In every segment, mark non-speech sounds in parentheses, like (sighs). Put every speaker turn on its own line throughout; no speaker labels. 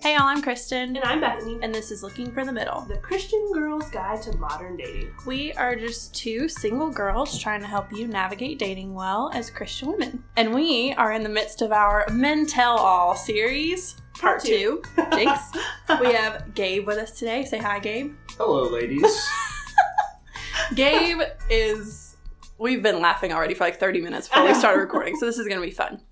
Hey, y'all, I'm Kristen.
And I'm Bethany,
And this is Looking for the Middle.
the Christian Girl's Guide to Modern Dating.
We are just two single girls trying to help you navigate dating well as Christian women. And we are in the midst of our Men Tell All series, part
Part
two. (laughs) Jinx. we have Gabe with us today. Say hi, Gabe.
Hello, ladies.
(laughs) Gabe is. We've been laughing already for like 30 minutes before we started recording, so this is going to be fun.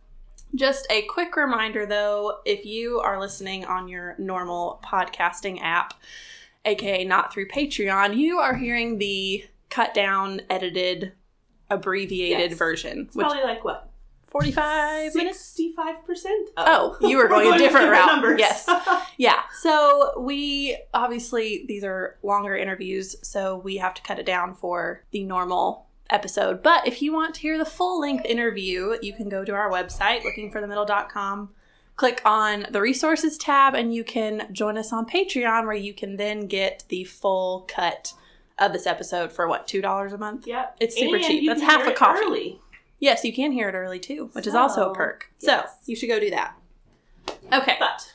Just a quick reminder though, if you are listening on your normal podcasting app, aka not through Patreon, you are hearing the cut down, edited, abbreviated
Yes.
version,
It's
which
probably like what?
45 minutes.
65%?
Oh, you were going
We're
a different
different
route.
numbers.
Yes. Yeah. So we obviously these are longer interviews, so we have to cut it down for the normal episode. But if you want to hear the full length interview, you can go to our website, lookingforthemiddle.com, click on the resources tab, and you can join us on Patreon where you can then get the full cut of this episode for what, two dollars a month?
(laughs) Yep.
It's super
And
cheap.
you
That's
can
half
hear
a
it
coffee.
early.
Yes, you can hear it early too, which is also a
So,
perk.
yes.
So you should go do that. Okay.
But,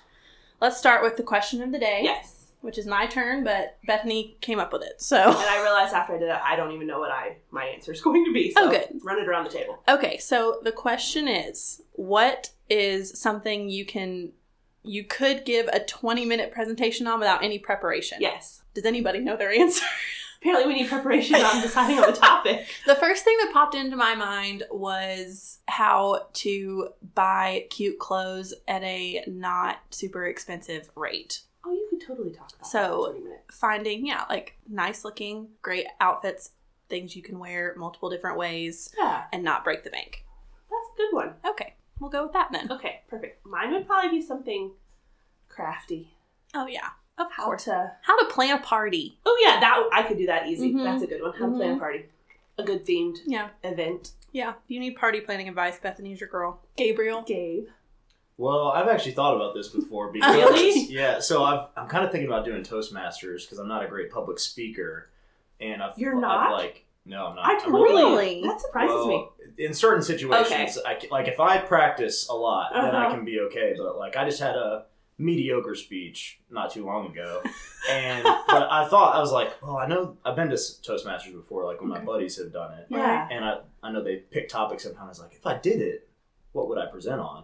Let's start with the question of the day,
yes.
which is my turn, but Bethany came up with it. So, (laughs)
And I realized after I did that, I don't even know what I my answer is (laughs) going to be. So
Oh, good.
Run it around the table.
okay, so the question is, what is something you can you could give a 20-minute presentation on without any preparation?
Yes.
Does anybody know their (laughs) answer?
Apparently, we need
(laughs)
preparation on deciding on the topic.
The first thing that popped into my mind was how to buy cute clothes at a not super expensive rate.
Oh, you could totally talk about
So-
that in 20 minutes.
Finding, yeah, like nice looking, great outfits, things you can wear multiple different ways
Yeah,
and not break the bank.
that's a good one.
Okay, we'll go with that then.
Okay, perfect. Mine would probably be something crafty.
Oh yeah, of
How to
How to plan a party?
Oh yeah, that I could do that easy.
Mhm.
That's a good one. How to plan a party, a good themed
Yeah,
event.
yeah. If you need party planning advice, Bethany's your girl. Gabriel.
Gabe,
well, I've actually thought about this
(laughs)
before because
Really?
yeah, so I've, I'm kind of thinking about doing Toastmasters because I'm not a great public speaker, and I've
You're
I've,
not?
like no, I'm not.
I
I'm
totally
Really?
that surprises me.
well, In certain situations, I c like if I practice a lot, then I
Uh-huh.
can be okay. But like I just had a mediocre speech not too
(laughs)
long ago, and but I thought I was like, well, I know I've been to s- Toastmasters before, like when my
Okay.
buddies have done it.
Yeah,
and I, I know they pick topics sometimes like if i did it what would i present on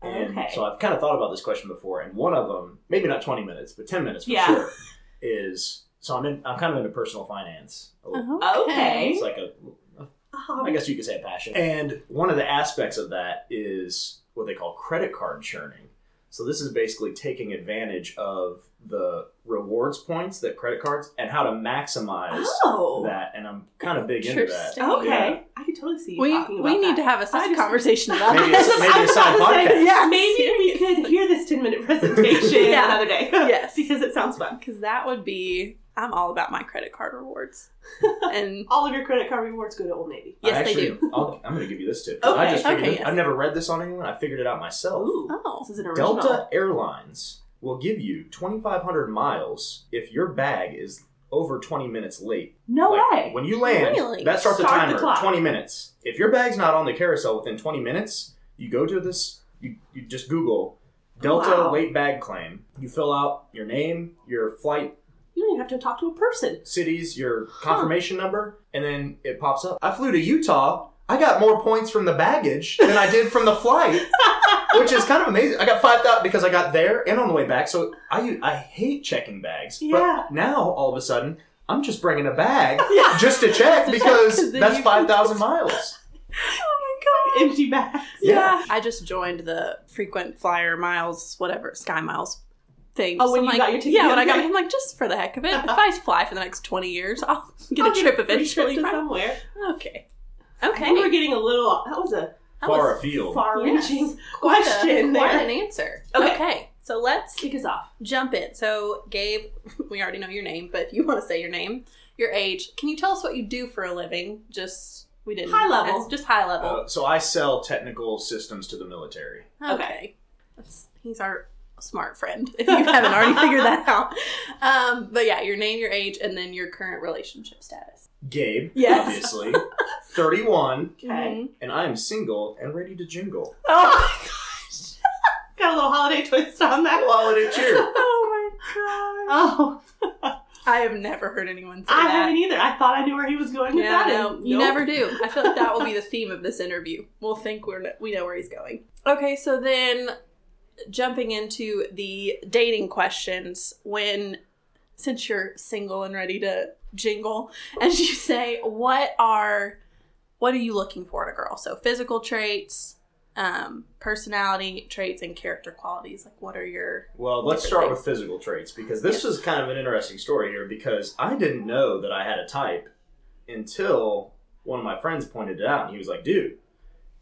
and
Okay.
so i've kind of thought about this question before and one of them maybe not 20 minutes but 10 minutes for
Yeah.
sure is so i'm in i'm kind of into personal finance a little-
Okay.
it's like a
Oh,
i guess you could say a passion and one of the aspects of that is what they call credit card churning so this is basically taking advantage of the rewards points that credit cards and how to maximize
oh.
that and i'm kind of big into that
Interesting.
okay.
Yeah.
I could totally see you
We
talking about
we need
that.
to have a
I
side
just- (laughs)
conversation about
Maybe
this. (laughs)
it's- maybe
I
a
was about
side
to say,
podcast.
Yeah,
maybe we could hear this ten minute
(laughs)
presentation
Yeah.
another day. (laughs)
Yes.
because it sounds fun.
because that would be. I'm all about my credit card
(laughs)
rewards, and
All of your credit card rewards go to Old Navy.
yes,
I
they
actually,
(laughs)
do.
I'll, I'm going to give you this tip. 'cause I
Okay.
just figured
Okay,
it-
yes.
I've never read this on anyone. I figured it out myself.
Ooh,
Oh.
this is an original.
Delta Airlines will give you 2,500 miles if your bag is over 20 minutes late.
No
Like,
way.
When you land,
Really?
that starts
Start the
a timer.
clock.
20 minutes. If your bag's not on the carousel within 20 minutes, you go to this. You, you just Google Delta
Wow.
late bag claim. You fill out your name, your flight
You don't even have to talk to a person.
cities, your confirmation number, and then it pops up. I flew to Utah. I got more points from the baggage than I did from the
(laughs)
flight, which is kind of amazing. I got five thousand because I got there and on the way back. So I I hate checking bags,
Yeah.
but now all of a sudden I'm just bringing a
(laughs)
bag
Yeah.
just to check because
'Cause then
that's
you-
five
(laughs)
thousand miles.
Oh my
Empty bags.
Yeah.
I just joined the frequent flyer miles, whatever Sky Miles thing.
Oh, when
I'm
you
like,
got your ticket?
Yeah, when I got it, I'm like just for the heck of it. If
(laughs)
I fly for the next twenty years, I'll get
I'll
a trip
free
eventually.
trip to
right?
somewhere.
Okay. Okay.
We were getting a little. That was a
That
Far
was
afield.
far-reaching
yes, quite a-
question.
Quite
there.
an answer.
Okay.
So let's
Kick us off.
jump in. So, Gabe, (laughs) we already know your name, but if you want to say your name, your age, can you tell us what you do for a living? Just, we didn't.
High level.
that's Just high level.
Uh, so I sell technical systems to the military.
Oh, okay.
okay. That's, he's our smart friend, (laughs) if you haven't
(laughs)
already figured that out. Um, but yeah, your name, your age, and then your current relationship status.
Gabe,
Yes.
obviously, thirty-one,
Okay.
Mhm.
and I am single and ready to jingle.
Oh,
Got a little holiday twist on that.
Holiday
(laughs)
cheer.
Oh my god. Oh,
(laughs) I have never heard anyone say
I
that.
haven't either. I thought I knew where he was going with
Yeah,
that.
no,
and
you
nope.
never do. I feel like that (laughs) will be the theme of this interview. We'll think we're we know where he's going. Okay, so then jumping into the dating questions when since you're single and ready to jingle (laughs) and you say what are what are you looking for in a girl? So physical traits, um, personality traits and character qualities. Like what are your
Well, let's start with physical traits because this is kind of an interesting story here because I didn't know that I had a type until one of my friends pointed it out and he was like, "Dude,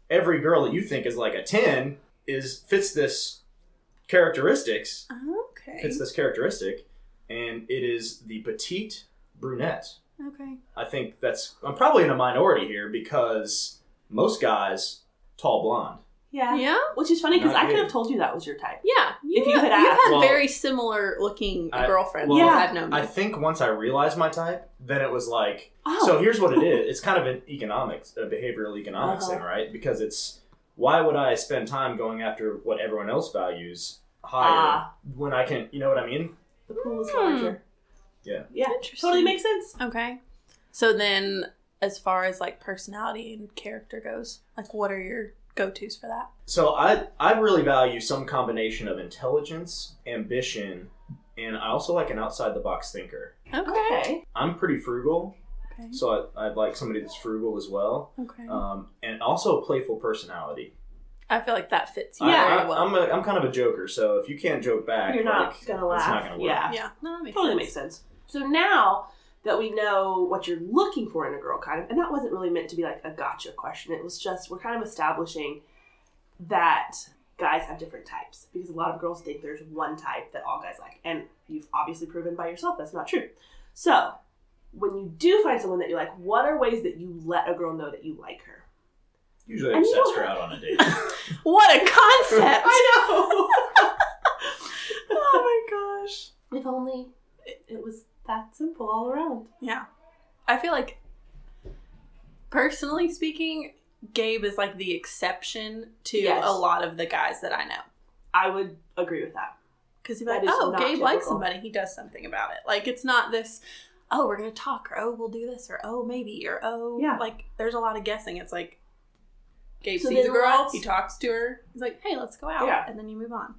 every girl that you think is like a 10 is fits this characteristics,
Okay.
fits this characteristic, and it is the petite brunette."
Okay.
I think that's I'm probably in a minority here because most guys tall blonde.
Yeah.
Yeah?
Which is funny because
Not
I could
good.
have told you that was your type.
Yeah,
If you had
you've
asked-
had
Well,
very similar looking
I-
girlfriends.
well,
yeah,
Yeah.
I've known.
I think once I realized my type, then it was like
Oh.
so here's what it is. It's kind of an economics, a behavioral economics
Uh-huh.
thing, right? Because it's why would I spend time going after what everyone else values higher
Ah.
when I can, you know what I mean?
the pool is
Hmm.
larger.
Yeah.
Yeah.
Interesting.
Totally makes sense.
Okay. So then, as far as like personality and character goes, like what are your go tos for that?
So I I really value some combination of intelligence, ambition, and I also like an outside the box thinker.
Okay.
I'm pretty frugal,
Okay.
so I, I'd like somebody that's frugal as well.
Okay.
Mm-hmm.
um, and also a playful personality.
I feel like that fits you
I-
Yeah.
very
I,
well.
am a, I'm kind of a joker, so if you can't joke back,
You're not
like,
gonna laugh.
It's not gonna work.
Yeah.
yeah. No, that makes sense.
Totally makes sense. So now that we know what you're looking for in a girl, kind of, and that wasn't really meant to be like a gotcha question. It was just we're kind of establishing that guys have different types because a lot of girls think there's one type that all guys like, and you've obviously proven by yourself that's not true. So when you do find someone that you like, what are ways that you let a girl know that you like her?
Usually, I
And
just
you
ask
don't-
her out on a date.
(laughs)
What a concept!
I know.
oh my gosh.
if only it, it was that simple all around.
Yeah. I feel like, personally speaking, Gabe is like the exception to
Yes.
a lot of the guys that I know.
I would agree with that.
Because he'd be like,
That is
oh,
not
Gabe likes
typical.
somebody. He does something about it. Like, it's not this, oh, we're going to talk, or oh, we'll do this, or oh, maybe, or oh,
Yeah.
like, there's a lot of guessing. It's like, Gabe
So
sees a
then
girl,
let's-
he talks to her, he's like, hey, let's go out.
Yeah.
And then you move on.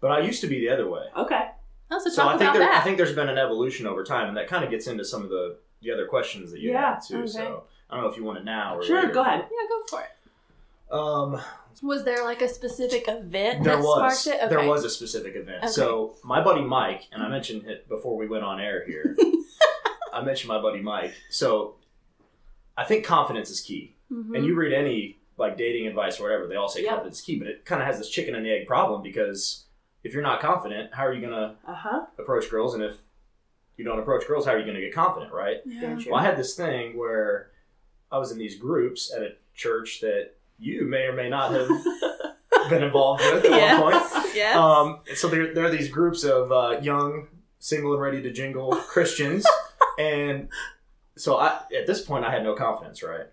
but I used to be the other way.
Okay.
Oh, so,
So
talk
I think
about
there,
that.
I think there's been an evolution over time, and that kind of gets into some of the the other questions that you
Yeah,
had too. So I don't know if you want it now or
Sure,
later.
go ahead.
yeah, go for it.
Um,
Was there like a specific event
there
that
was
sparked it?
there was a specific event.
Okay.
So my buddy Mike
Mm.
and I mentioned it before we went on air
(laughs)
here. I mentioned my buddy Mike. So I think confidence is key.
Mhm.
and you read any like dating advice or whatever, they all say
Yeah.
confidence is key, but it kind of has this chicken and the egg problem because if you're not confident, how are you going to
Uh huh.
approach girls? And if you don't approach girls, how are you going to get confident, right?
yeah.
Well, I had this thing where I was in these groups at a church that you may or may not have been involved with (laughs) at one point.
Yes. (laughs) yes.
Um, and so there, there are these groups of uh, young, single, and ready
(laughs)
to jingle Christians, and so I at this point I had no confidence, right?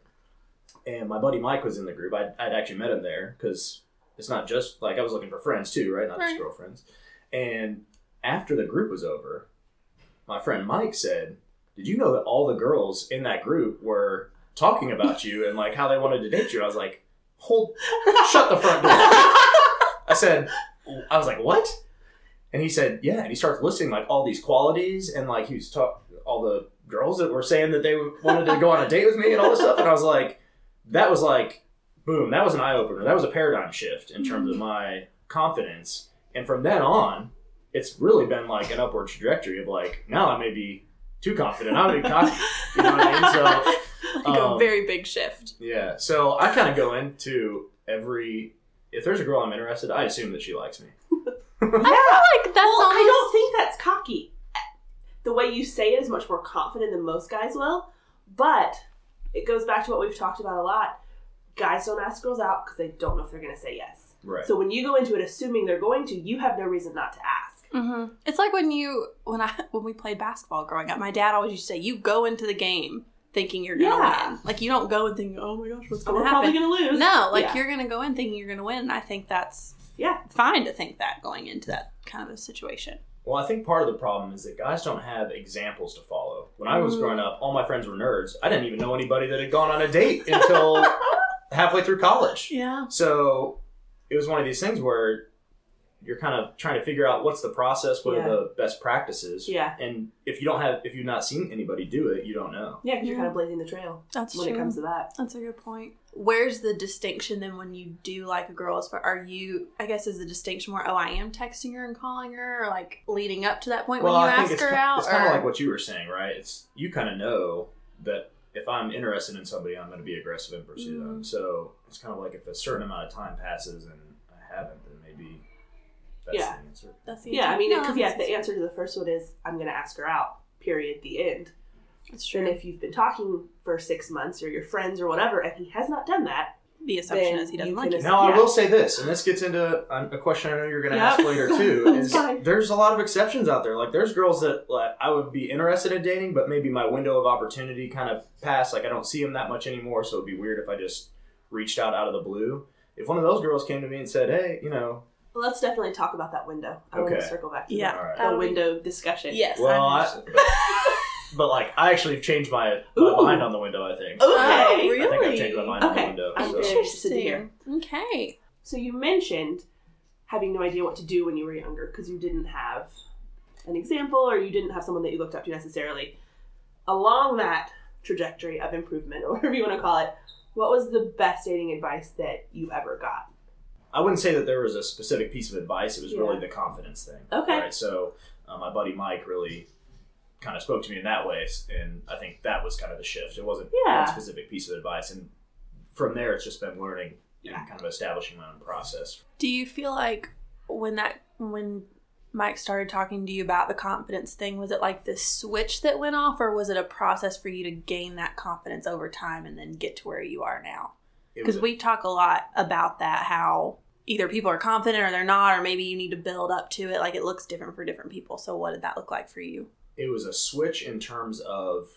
And my buddy Mike was in the group. I'd, I'd actually met him there because it's not just like I was looking for friends too, right? Not
Right.
just girlfriends. And after the group was over, my friend Mike said, "Did you know that all the girls in that group were talking about you and like how they wanted to date you?" And I was like, "Hold, shut the front door." I said, I was like, what? And he said, yeah. And he starts listing like all these qualities and like he was talk all the girls that were saying that they wanted to go on a date with me and all this stuff. And I was like, that was like, boom, that was an eye opener. That was a paradigm shift in terms of my confidence. And from then on, it's really been like an upward trajectory of like, now I may be too confident. I'm gonna be cocky. You know what I mean? So
like a
um,
very big shift.
yeah, so I kind of go into every if there's a girl I'm interested, I assume that she likes me.
Yeah.
Like, that's
well, I
almost-
don't think that's cocky. The way you say it is much more confident than most guys will, but it goes back to what we've talked about a lot. Guys don't ask girls out because they don't know if they're going to say yes.
Right.
So when you go into it assuming they're going to, you have no reason not to ask.
Mm-hmm. It's like when you when I (laughs) when we played basketball growing up, my dad always used to say, "You go into the game thinking you're gonna
Yeah.
win. Like you don't go and think, oh my gosh, what's
So
gonna
we're
happen."
probably going to lose.
no, like
Yeah.
you're gonna go in thinking you're gonna win. And I think that's
Yeah.
fine to think that going into that kind of a situation.
Well, I think part of the problem is that guys don't have examples to follow. When I was
Mm.
growing up, all my friends were nerds. I didn't even know anybody that had gone on a date until halfway through college.
Yeah.
So it was one of these things where you're kind of trying to figure out what's the process, what
Yeah.
are the best practices.
Yeah.
And if you don't have, if you've not seen anybody do it, you don't know.
Yeah, because you're
Yeah.
kind of blazing the trail
That's
when
true.
it comes to that.
That's a good point. Where's the distinction then when you do like a girl? As far are you? I guess is the distinction where oh I am texting her and calling her, or like leading up to that point when you
I
ask
it's,
her
ki-
out,
it's kind
or
of like what you were saying, right? It's you kind of know that if I'm interested in somebody, I'm going to be aggressive and pursue
Mm.
them. So it's kind of like if a certain amount of time passes and I haven't, then maybe that's
Yeah.
the answer.
that's the
Yeah, I mean,
No,
because
that
yeah,
makes
the
sense.
answer to the first one is I'm going to ask her out. Period. The end.
That's
And
true.
if you've been talking for six months or your friends or whatever, and he has not done that,
The assumption
then
is he doesn't
you
like
can
you.
assume-
Now I
Yeah.
will say this, and this gets into um, a question I know you're going to
Yeah.
ask
(laughs)
later too. Is
Fine.
there's a lot of exceptions out there. Like there's girls that like I would be interested in dating, but maybe my window of opportunity kind of passed. Like I don't see them that much anymore, so it'd be weird if I just reached out out of the blue. If one of those girls came to me and said, "Hey, you know,"
well, let's definitely talk about that window. I want
Okay.
to circle back to
Yeah. Um,
all right.
that.
That'll
the
be-
window discussion.
Yes.
Well,
I'm-
I,
(laughs)
but like I actually changed my, my
Ooh.
mind on the window. I think.
Oh,
Okay.
really?
I think I've changed my mind
Okay.
on the
I'm
window.
good.
So.
interested to hear.
Interesting. Okay.
So you mentioned having no idea what to do when you were younger because you didn't have an example or you didn't have someone that you looked up to necessarily. Along that trajectory of improvement, (laughs) or whatever you want to call it, what was the best dating advice that you ever got?
I wouldn't say that there was a specific piece of advice. It was
Yeah.
really the confidence thing.
Okay.
Right. So uh, my buddy Mike really kind of spoke to me in that way, s- and I think that was kind of the shift. It wasn't
Yeah.
one specific piece of advice, and from there it's just been learning and kind of establishing my own process.
Do you feel like when that when Mike started talking to you about the confidence thing, was it like this switch that went off, or was it a process for you to gain that confidence over time and then get to where you are now?
It was
Because
a-
we talk a lot about that, how either people are confident or they're not, or maybe you need to build up to it. Like it looks different for different people. So what did that look like for you?
it was a switch in terms of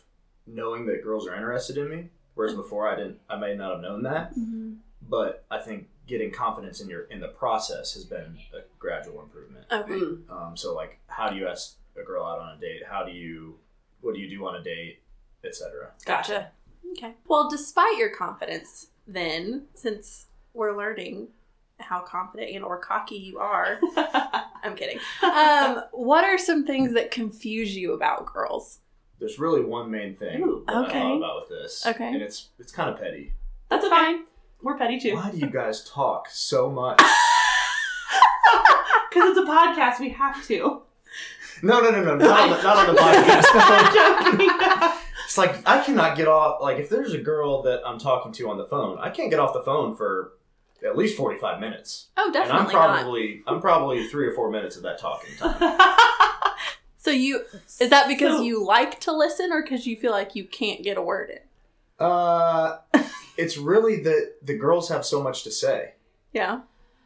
knowing that girls are interested in me,
Mm-hmm.
whereas before I didn't. I may not have known that. but I think getting confidence in your in the process has been a gradual improvement.
Okay.
Um, so like, how do you ask a girl out on a date? How do you what do you do on a date, etc.
(laughs)
Gotcha. Okay. Well, despite your confidence, then, since we're learning how confident and or cocky you (laughs) are, I'm kidding. Um, what are some things that confuse you about girls?
There's really one main thing
Ooh,
that I
okay.
thought about with this,
Okay.
and it's it's kind of petty.
That's okay.
Fine.
We're petty too.
Why do you guys talk so
(laughs)
much?
Because it's a podcast, we have to. (laughs)
No, no, no, no, not on the,
(laughs)
not on the podcast. (laughs)
I'm joking. (laughs)
it's like I cannot get off. Like if there's a girl that I'm talking to on the phone, I can't get off the phone for at least 45 minutes.
Oh, definitely
and
not.
I'm probably I'm probably three or four minutes of that talking time.
So you is that because
So-
you like to listen or because you feel like you can't get a word in? (laughs)
Uh, it's really that the girls have so much to say.
Yeah.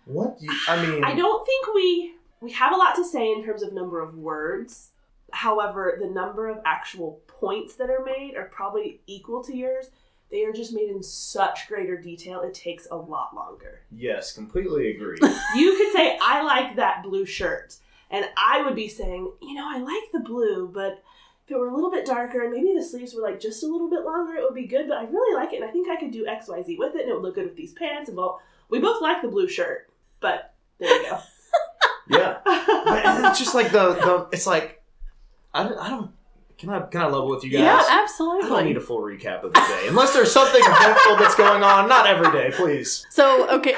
What do you, I
(sighs)
mean,
I don't think we we have a lot to say in terms of number of words. However, the number of actual points that are made are probably equal to yours. They are just made in such greater detail. It takes a lot longer.
Yes, completely agree.
You could say, "I like that blue shirt," and I would be saying, "You know, I like the blue, but if it were a little bit darker and maybe the sleeves were like just a little bit longer, it would be good. But I really like it, and I think I could do X, Y, Z with it, and it would look good with these pants." And well, we both like the blue shirt, but there you go.
yeah,
(laughs)
but and it's just like the the it's like I don't, I don't can I can I level with you guys?
Yeah,
I don't
absolutely.
need a full recap of the day unless there's something eventful that's going on. Not every day,
(laughs)
please.
so okay.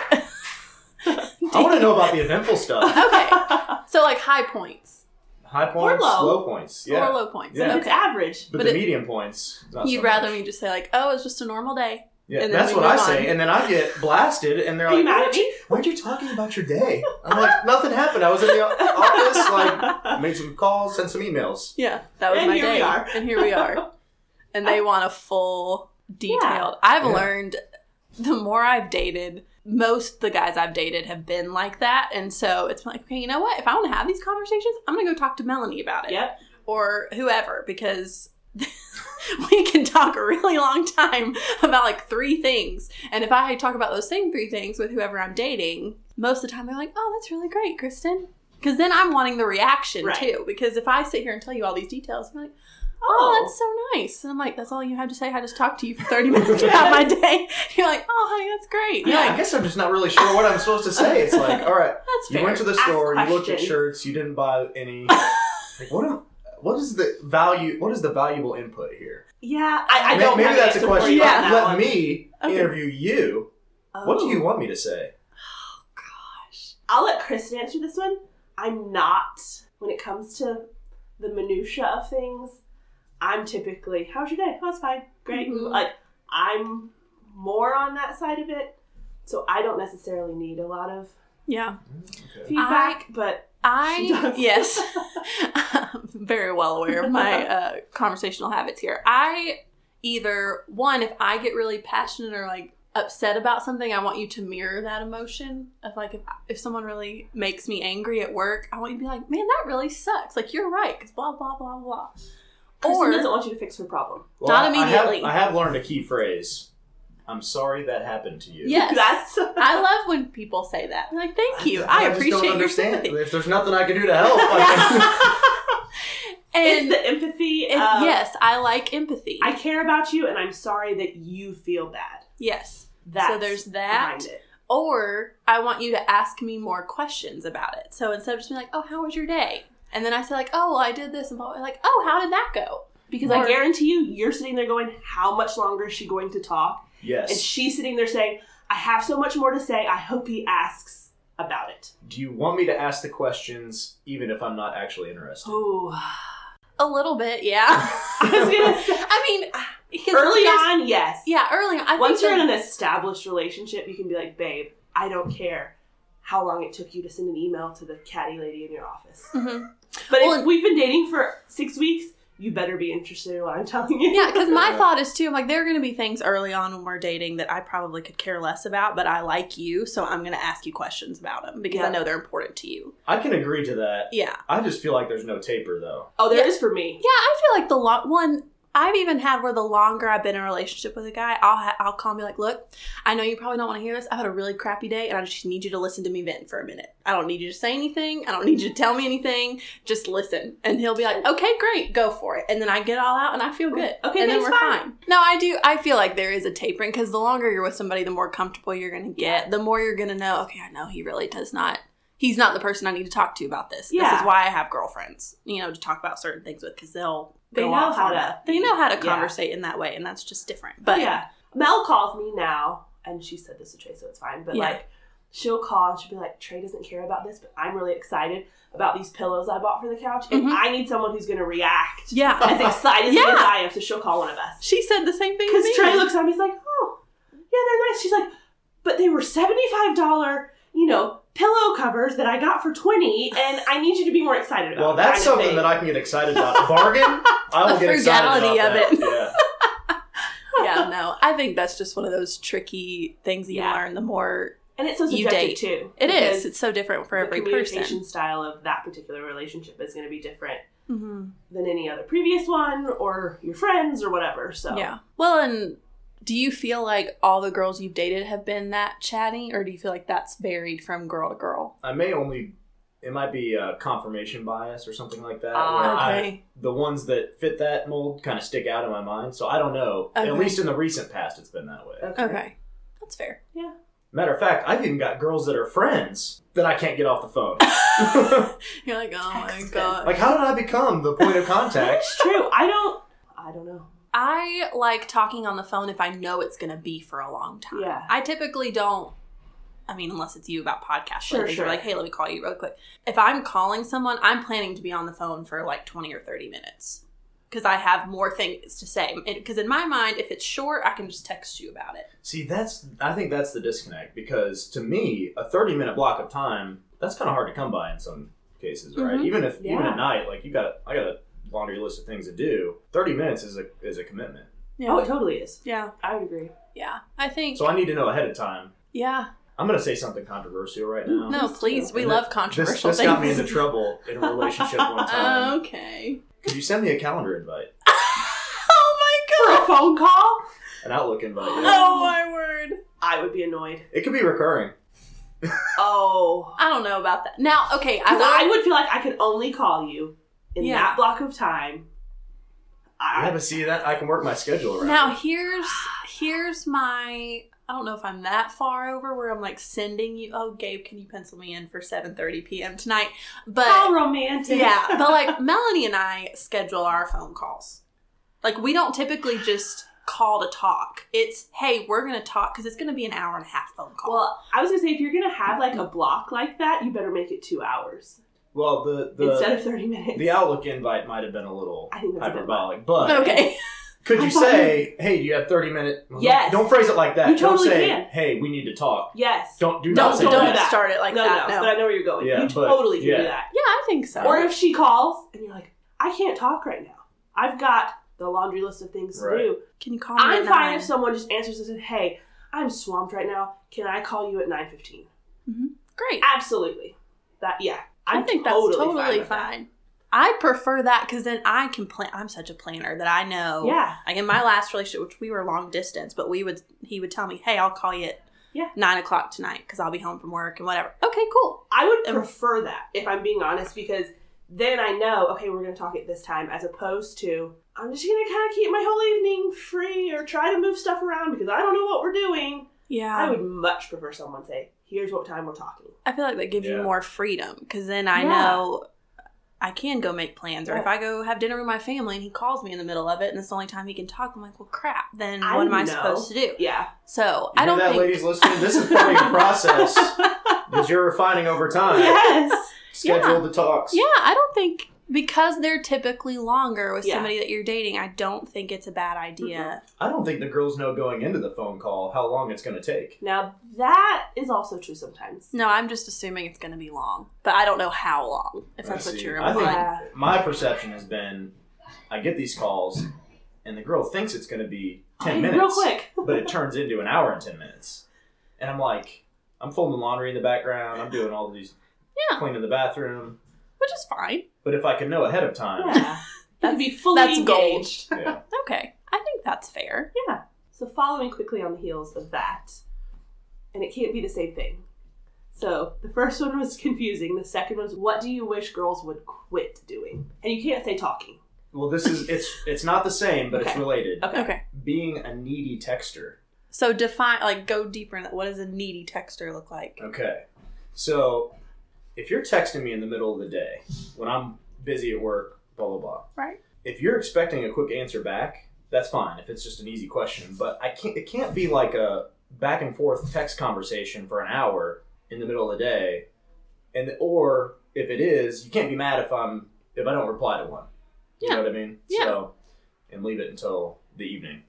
I want to know about the eventful stuff.
okay. So like high points
High points,
low.
low points, yeah,
or low points.
Yeah.
It's
Okay.
average.
but,
but
the
it-
medium points. not
You'd
so
rather
much.
me just say like, oh, it's just a normal day.
Yeah,
and then
that's
we
what I
move
say,
on.
and then I get blasted, and they're
Are you
like,
mad at me?
Why'd you talking about your day? I'm like, nothing happened. I was in the o- office, like, made some calls, sent some emails.
Yeah, that was
And
my
here we
day.
are.
And here we
(laughs)
are. And they want a full detailed.
Yeah.
I've
Yeah.
learned the more I've dated, most the guys I've dated have been like that. And so it's like, okay, you know what? If I want to have these conversations, I'm going to go talk to Melanie about it
(laughs) Yep.
or whoever because (laughs) we can talk a really long time about like three things. And if I talk about those same three things with whoever I'm dating, most of the time they're like, "Oh, that's really great, Kristen." Because then I'm wanting the reaction
Right.
too. Because if I sit here and tell you all these details, you're like, "Oh,
Oh,
that's so nice," and I'm like, "That's all you had to say. I just talked to you for 30 minutes about
(laughs)
my day." (laughs) You're like, "Oh, honey, that's great." You're
Yeah, I
like,
guess I'm just not really sure what I'm supposed to say. It's like, all right,
that's
you
fair.
went to the
Ask
store, you looked at
questions.
shirts, you didn't buy
(laughs)
any. like, what am? What is the value? What is the valuable input here?
yeah. I, I
May-
don't.
maybe
have an
that's a
answer for
question.
you on
Yeah.
that
Let
one. Oh.
me
Okay.
interview you. What do you want me to say?
I'll let Kristen answer this one. I'm not when it comes to the minutia of things. I'm typically, how's your day? Oh, it's fine, great.
Mhm.
Like I'm more on that side of it, so I don't necessarily need a lot of
yeah,
Okay.
feedback. but She
I
does.
yes, I'm (laughs) very well aware of my uh, conversational habits here. I either one, if I get really passionate or like upset about something, I want you to mirror that emotion of like if if someone really makes me angry at work, I want you to be like, man, that really sucks. Like you're right, because blah blah blah blah.
Kristen
or
doesn't want you to fix her problem.
Well,
Not
I- I have-
immediately.
I have, learned a key phrase. I'm sorry that happened to you.
yes,
(laughs)
(laughs)
That's
(laughs) I love when people say that. I'm like, thank you, I,
just
appreciate
don't
your
understand.
sympathy.
If there's nothing I can do to help,
(laughs)
I
(laughs)
it's
And
the empathy.
and
of,
yes, I like empathy.
I care about you, and I'm sorry that you feel bad.
yes.
That's
so there's that.
behind it.
Or I want you to ask me more questions about it. So instead of just being like, "Oh, how was your day?" and then I say like, "Oh, well, I did this," and blah, blah, like, "Oh, how did that go?"
Because
Or-
I guarantee you, you're sitting there going, "How much longer is she going to talk?"
can. yes.
And she's sitting there saying, I have so much more to say. I hope he asks about it.
Do you want me to ask the questions even if I'm not actually interested?
Ooh.
A little bit, yeah.
(laughs) I was
(laughs)
gonna say,
I mean, because
early
here's-
on, yes.
yeah, early on. I
Once
think
you're in
that-
an established relationship, you can be like, babe, I don't care how long it took you to send an email to the catty lady in your office.
Mhm.
But
Well,
if we've been dating for six weeks, you better be interested in what I'm telling you.
Yeah, because my
(laughs)
Yeah.
thought is too. I'm like, there are going to be things early on when we're dating that I probably could care less about, but I like you, so I'm going to ask you questions about them because I
Yeah.
know they're important to you.
I can agree to that.
Yeah.
I just feel like there's no taper though.
Oh, there is
Yeah.
for me.
Yeah, I feel like the long one. I've even had where the longer I've been in a relationship with a guy, I'll ha- I'll call and be like, "Look, I know you probably don't want to hear this. I've had a really crappy day, and I just need you to listen to me vent for a minute. I don't need you to say anything. I don't need you to tell me anything. Just listen." And he'll be like, "Okay, great, go for it." And then I get all out, and I feel good.
Okay,
and then
thanks,
we're
bye.
fine. No, I do. I feel like there is a tapering because the longer you're with somebody, the more comfortable you're going to get. The more you're going to know. Okay, I know he really does not he's not the person I need to talk to about this. This
Yeah.
is why I have girlfriends, you know, to talk about certain things with because they'll
They
go
know
off
how
on
to-
that. They know how to
Yeah.
conversate in that way, and that's just different. But
yeah. Mel calls me now, and she said this to Trey, so it's fine. But
Yeah.
like, she'll call and she'll be like, Trey doesn't care about this, but I'm really excited about these pillows I bought for the couch, and
Mhm.
I need someone who's going to react
yeah,
as excitedly
Yeah.
as I am. So she'll call one of us.
she said the same thing. to
Because
me.
Trey looks at me, he's like, oh, yeah, they're nice. She's like, but they were seventy five dollar, you know, pillow covers that I got for twenty, and I need you to be more excited about.
Well,
it,"
that's
kind of
something
thing.
that I can get
(laughs)
excited about. Bargain, I will
The
get excited about
frugality of
that. Yeah.
yeah, no, I think that's just one of those tricky things you
Yeah.
learn. The more
and it's so
you
subjective
date.
too.
it is,
because
it's so different for every
the communication
person.
style of that particular relationship is going to be different
hmm
than any other previous one or your friends or whatever. So
Yeah. Well, and do you feel like all the girls you've dated have been that chatty, or do you feel like that's varied from girl to girl?
I may only it might be uh, confirmation bias or something like that.
Ah,
where Uh, I-
okay.
the ones that fit that mold kind of stick out in my mind. So I don't know.
Okay.
At least in the recent past, it's been that way.
Okay. That's fair.
Matter of fact, I've even got girls that are friends that I can't get off
(laughs)
the phone.
You're like, oh my
Text
god.
like, how did I become the point of contact?
It's true. I don't. I don't know.
I like talking on the phone if I know it's going to be for a long time.
Yeah.
I typically don't. I mean, unless it's you about podcasts,
Sure,
sure, sure.
sure.
like, hey, let me call you real quick. If I'm calling someone, I'm planning to be on the phone for like 20 or 30 minutes because I have more things to say. Because in my mind, if it's short, I can just text you about it.
See, that's I think that's the disconnect because to me, a thirty minute block of time that's kind of hard to come by in some cases, right?
Mhm.
Even if even
Mm-hmm. Yeah.
at night, like you got I got a laundry list of things to do. Thirty minutes is a is a commitment,
Yeah.
Oh, it totally is.
yeah.
I would agree.
Yeah. I think.
so I need to know ahead of time.
yeah.
I'm gonna say something controversial right now.
No,
Please
please.
do.
We
And
love
This,
controversial
this
things.
got me into trouble in a
(laughs)
relationship one
Um.
(laughs)
time.
okay. (laughs)
Could you send me a calendar invite,
Oh
For (laughs) a phone call,
an Outlook invite?
my
(laughs)
yeah?
god. Oh my word.
I would be annoyed.
It could be recurring.
Oh.
I don't know about that. Now, okay, I
Because
would,
I would feel like I could only call you in
Yeah.
that block of time.
I
I,
but see that I can work my schedule around.
Now
it.
here's here's my I don't know if I'm that far over where I'm like sending you oh Gabe can you pencil me in for 7:30 p.m. tonight but
How romantic.
yeah but like Melanie and I schedule our phone calls like we don't typically just call to talk it's hey we're going to talk cuz it's going to be an hour and a half phone call
Well, I was gonna say if you're gonna have like a block like that, you better make it two hours
well, the the
instead of thirty minutes.
the Outlook invite might have been a little
I think that's a bit
hyperbolic, but
okay
could
I
you
thought
say, "Hey, do you have thirty minute?" Well, don't-
Yes.
Don't, phrase it like that.
You totally
don't say,
can.
"Hey, we need to talk."
yes.
Don't
(laughs)
do
don't
not say
don't,
that.
start it like
no,
that
no,
no,
But I know where you're going.
Yeah,
you
but-
totally can
yeah.
do that.
yeah I think so
Or if she calls and you're like, I can't talk right now. I've got the laundry list of things
Right.
to do.
can you call me
I'm
at
fine
nine?
if someone just answers and says, Hey, I'm swamped right now. Can I call you at nine fifteen?
great
Absolutely. That yeah.
i
I'm
think that's
totally,
totally,
with that.
fine. I prefer that because then I can plan. I'm such a planner that I know.
Yeah.
Like in my last relationship, which we were long distance, but we would he would tell me, "Hey, I'll call you at
Yeah.
nine o'clock tonight because I'll be home from work and whatever." Okay, cool.
I would
Um,
prefer that if I'm being honest because then I know okay we're gonna talk at this time as opposed to I'm just gonna kind of keep my whole evening free or try to move stuff around because I don't know what we're doing.
Yeah,
I would much prefer someone say here's what time we're talking.
I feel like that gives
Yeah.
you more freedom because then I
Yeah.
know I can go make plans, or if
Yeah.
I go have dinner with my family and he calls me in the middle of it, and it's the only time he can talk, I'm like, "Well, crap. Then
I
what am I
know.
supposed to do?"
Yeah,
So
You
I
hear
don't
that,
think
ladies listening. This is probably a process that you're refining
(laughs)
over time.
yes,
Schedule the talks.
Yeah, I don't think because they're typically longer with
Yeah. Mm-hmm.
somebody that you're dating, I don't think it's a bad idea.
I don't think the girls know going into the phone call how long it's going to take.
now that is also true sometimes.
No, I'm just assuming it's going to be long, but I don't know how long, if
I
that's what
see.
you're
I think-
implying.
Yeah.
My perception has been, I get these calls, and the girl thinks it's going to be ten
Hey,
minutes,
real quick.
but it turns into an hour and ten minutes. And I'm like, I'm folding laundry in the background. I'm doing all these,
Yeah.
cleaning the bathroom.
Which is fine.
But if I could know ahead of time,
(laughs) Yeah, that'd be fully
that's
engaged.
(laughs) yeah.
Okay. I think that's fair.
Yeah. So following quickly on the heels of that, and it can't be the same thing. So the first one was confusing. The second was what do you wish girls would quit doing? And you can't say talking.
Well, this is it's it's not the same, but it's
Okay.
related.
Okay.
Okay.
Being a needy texter.
So define, like, go deeper in that. What does a needy texter look like?
Okay. So, if you're texting me in the middle of the day when I'm busy at work, blah, blah, blah.
Right.
If you're expecting a quick answer back, that's fine if it's just an easy question. But I can't, it can't be like a back and forth text conversation for an hour in the middle of the day. And, or if it is, you can't be mad if I'm, if I don't reply to one. You
Yeah.
know what I mean?
Yeah.
So, and leave it until the evening.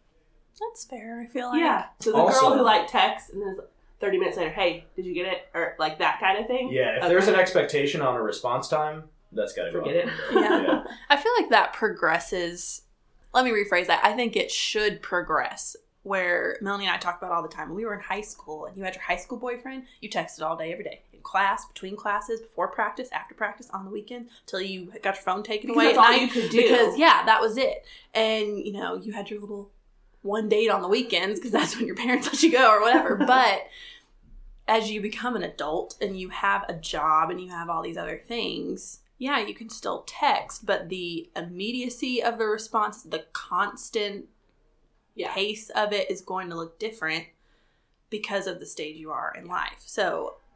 That's fair, I feel like.
Yeah. So the
Also-
girl who like texts and then it's thirty minutes later, hey, did you get it? Or like that kind of thing.
Yeah. If
Okay.
there's an expectation on a response time, that's got to go. out
Forget it.
the window.
Yeah. I feel like that progresses. Let me rephrase that. I think it should progress. Where Melanie and I talk about all the time. When we were in high school and you had your high school boyfriend, you texted all day, every day, in class, between classes, before practice, after practice, on the weekend, till you got your phone taken
Because
away.
that's
at
all
night.
you could do.
Because, yeah, that was it. And, you know, you had your little one date on the weekends because that's when your parents (laughs) let you go or
(laughs)
whatever. but as you become an adult and you have a job and you have all these other things, yeah, you can still text, but the immediacy of the response, the constant
Yeah.
pace of it is going to look different because of the stage you are in life. So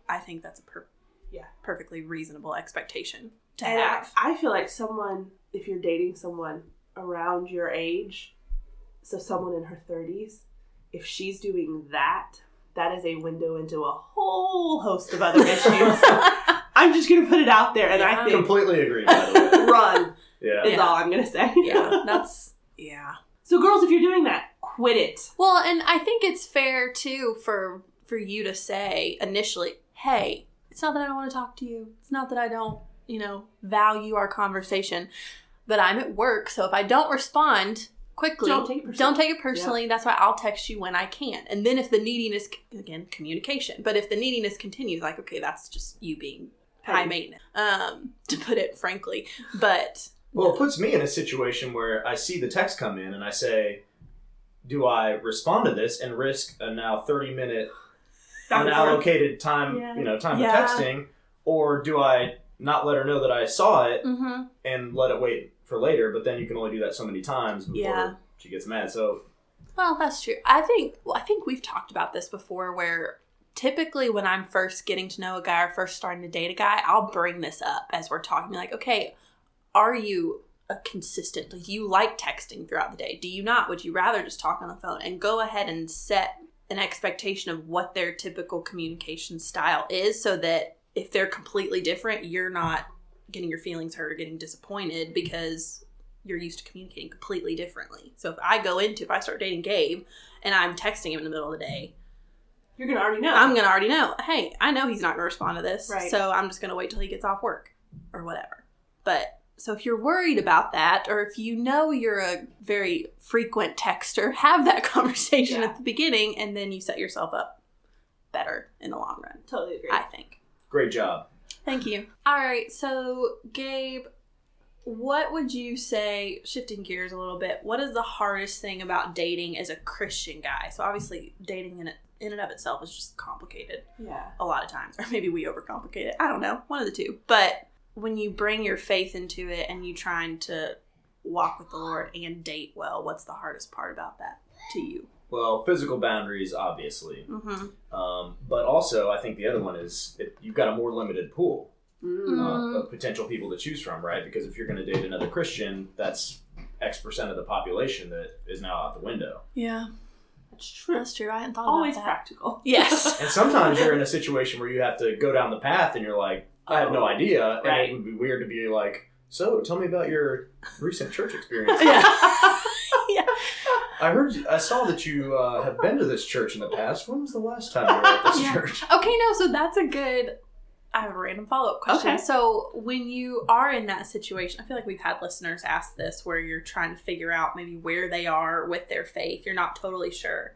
I think that's a per-
Yeah.
perfectly reasonable expectation to
And I,
have.
I feel like someone, if you're dating someone around your age, so someone in her 30s, if she's doing that, that is a window into a whole host of
(laughs)
(laughs) other issues. I'm just going to put it out there and I think
Completely agree, by
(laughs)
the way.
run
(laughs)
Yeah.
is
Yeah.
all I'm going to say.
(laughs) yeah, that's, yeah.
(laughs) So, girls, if you're doing that, quit it.
Well, and I think it's fair too for for you to say initially, "Hey, it's not that I don't want to talk to you. It's not that I don't, you know, value our conversation, but I'm at work, so if I don't respond quickly,
Don't take it personally.
don't take it personally. That's why I'll text you when I can. And then if the neediness again, communication. But if the neediness continues, like, okay, that's just you being high
Hey.
maintenance. Um, (laughs) to put it frankly, but
Well, it puts me in a situation where I see the text come in and I say, do I respond to this and risk a now 30 minute
Back
an
and forth.
allocated time,
Yeah.
you know, time
Yeah.
of texting, or do I not let her know that I saw it
Mm-hmm.
and let it wait for later? But then you can only do that so many times before
Yeah.
she gets mad. So
Well, that's true. I think well, I think we've talked about this before where typically when I'm first getting to know a guy or first starting to date a guy, I'll bring this up as we're talking like, "Okay, are you a consistent? Like, do you like texting throughout the day? Do you not? Would you rather just talk on the phone?" And go ahead and set an expectation of what their typical communication style is so that if they're completely different, you're not getting your feelings hurt or getting disappointed because you're used to communicating completely differently. So if I go into if I start dating Gabe and I'm texting him in the middle of the day,
You're gonna already know.
I'm gonna already know, hey, I know he's not gonna respond to this.
Right.
So I'm just gonna wait till he gets off work or whatever. But so if you're worried about that, or if you know you're a very frequent texter, (laughs) have that conversation
Yeah.
at the beginning and then you set yourself up better in the long run,
totally agree.
I think.
great job.
Thank you. All right, so Gabe, what would you say, shifting gears a little bit, what is the hardest thing about dating as a Christian guy? So obviously, dating in, in and of itself is just complicated
yeah.
a lot of times, or maybe we overcomplicate it. I don't know, one of the two. But when you bring your faith into it and you trying to walk with the Lord and date well, what's the hardest part about that to you?
Well, physical boundaries, obviously,
Mm-hmm.
um, but also I think the other one is it, you've got a more limited pool
Mm.
Mm.
uh, of potential people to choose from, right? Because if you're going to date another Christian, that's X percent of the population that is now out the window.
Yeah,
That's true.
that's true. I hadn't thought
Always
about that.
practical.
Yes.
And sometimes you're in a situation where you have to go down the path and you're like, I
(laughs)
have no idea. And
Oh, Right.
it would be weird to be like, so tell me about your recent church experience.
(laughs)
yeah.
I heard, I saw that you uh, have been to this church in the past. When was the last time you were at this
Yeah.
church?
Okay, no, so that's a good. I have a random follow up question.
Okay.
So, when you are in that situation, I feel like we've had listeners ask this where you're trying to figure out maybe where they are with their faith. You're not totally sure.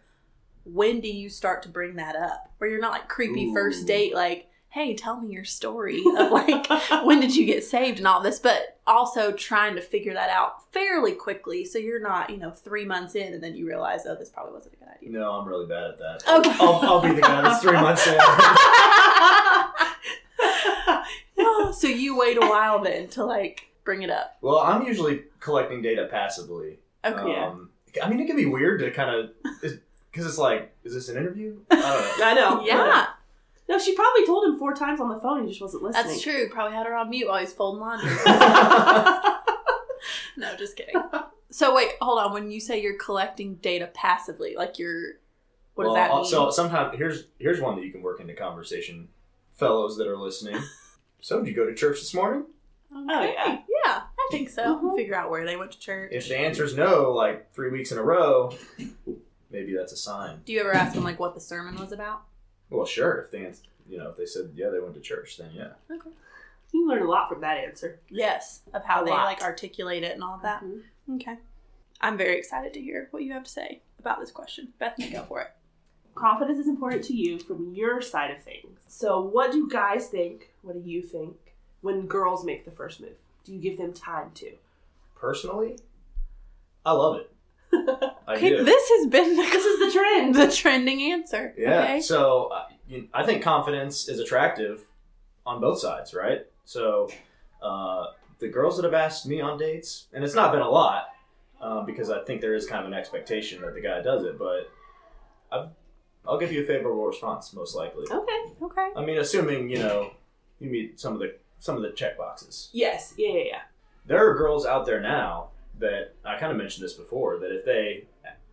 When do you start to bring that up? Where you're not like creepy
Ooh.
first date, like, hey, tell me your story (laughs) of like, (laughs)
(laughs)
when did you get saved and all this, but also trying to figure that out fairly quickly so you're not, you know, three months in and then you realize, oh, this probably wasn't a good idea.
No, I'm really bad at that.
Okay.
I'll, I'll be the guy that's three months in. (laughs)
(laughs) so you wait a while then to like bring it up.
well, I'm usually collecting data passively.
Okay.
Um, I mean, it can be weird to kind of, because it's like, is this an interview? I don't
(laughs)
know.
I know.
yeah,
No, she probably told him four times on the phone. He just wasn't listening.
that's true. Probably had her on mute while he's folding
(laughs)
laundry. no, just kidding. So wait, hold on. When you say you're collecting data passively, like you're, (laughs) what
well,
does that
uh,
mean?
So sometimes here's here's one that you can work into conversation, fellows that are listening. so did you go to church this morning?
Oh,
Okay,
yeah.
yeah. I think so.
Mhm.
Figure out where they went to church.
If the answer's no, like three weeks in a row, maybe that's a sign.
Do you ever ask them like what the sermon was about?
Well, sure. If the ans you know, if they said yeah, they went to church, then yeah.
You learned a lot from that answer.
Yes, Mm-hmm. of how
A
they
lot.
like articulate it and all of that.
Mhm.
Okay, I'm very excited to hear what you have to say about this question. Bethany, go for it.
Confidence is important to you from your side of things. So, what do guys think? What do you think when girls make the first move? Do you give them time to?
Personally, I love it.
(laughs)
I
Okay,
do.
this has been the, (laughs)
This is the trend.
the trending answer.
Yeah.
Okay.
So uh, you- I think confidence is attractive on both sides, right? So uh, the girls that have asked me on dates, and it's not been a lot um, because I think there is kind of an expectation that the guy does it, but I've, I'll give you a favorable response most likely.
Okay.
Okay.
I mean, assuming you know you meet some of the some of the check boxes.
Yes. Yeah. Yeah. Yeah.
There are girls out there now that I kind of mentioned this before that if they,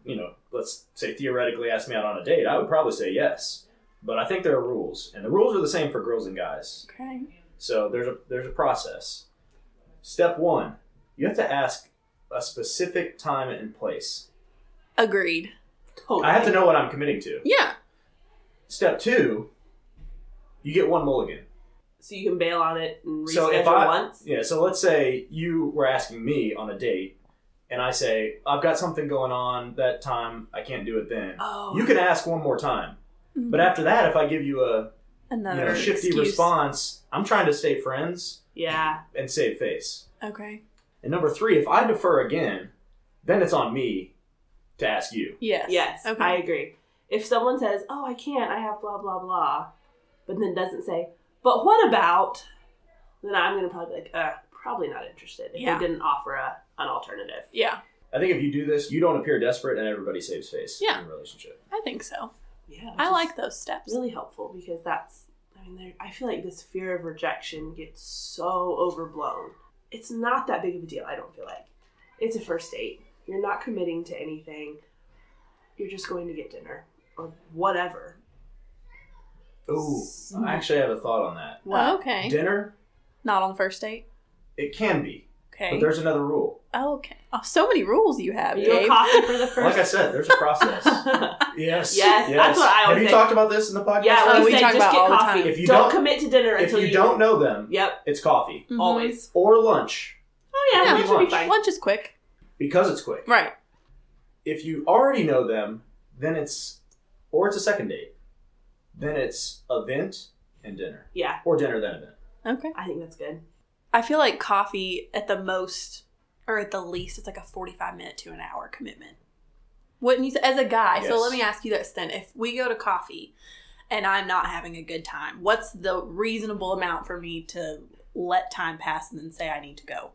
you know, let's say theoretically asked me out on a date, I would probably say yes. But I think there are rules, and the rules are the same for girls and guys.
Okay.
So there's a there's a process. Step one, you have to ask a specific time and place.
Agreed.
Totally.
I have to know what I'm committing to.
Yeah.
Step two, you get one mulligan.
So you can bail on it and reschedule
so if I,
once.
Yeah, so let's say you were asking me on a date, and I say, I've got something going on that time, I can't do it then.
Oh.
You can ask one more time. But after that, if I give you a you
Mm-hmm. Another
know, shifty
excuse.
response, I'm trying to stay friends
Yeah.
and save face.
Okay.
And number three, if I defer again, then it's on me to ask you.
Yes.
Yes.
Okay.
I agree. if someone says, "Oh, I can't. I have blah blah blah," but then doesn't say, "But what about?" Then I'm gonna probably be like, uh, probably not interested if
Yeah.
they didn't offer a, an alternative.
Yeah,
I think if you do this, you don't appear desperate, and everybody saves face
Yeah.
in a relationship.
I think so.
Yeah,
I
just
like those steps.
really helpful because that's. I mean, there, I feel like this fear of rejection gets so overblown. It's not that big of a deal. I don't feel like it's a first date. You're not committing to anything. You're just going to get dinner or whatever.
Ooh, I actually have a thought on that.
What?
okay.
Dinner,
Not on the first date.
it can be,
Okay.
but there's another rule.
Oh, okay. Oh, so many rules you have,
You a
Gabe.
coffee for the
Like I
first.
said, there's a process. yes.
Yes, that's what I
Have
always
you
say.
talked about this in the podcast?
yeah,
Oh,
we,
we
say
talk
just
about
get
all the
coffee.
time.
If you
don't,
don't-
commit to dinner
If
until
you don't know them,
Yep,
it's coffee
Mhm.
always.
or lunch
Mm-hmm. Oh yeah,
Yeah,
lunch would be
lunch.
fine.
Lunch is quick.
because it's quick.
Right.
If you already know them, then it's or it's a second date. Then it's event and dinner
Yeah,
or dinner then event.
Okay.
I think that's good.
I feel like coffee at the most or at the least it's like a 45 minute to an hour commitment. Wouldn't you say as a guy? So
Yes.
let me ask you this then. If we go to coffee and I'm not having a good time, what's the reasonable amount for me to let time pass and then say I need to go?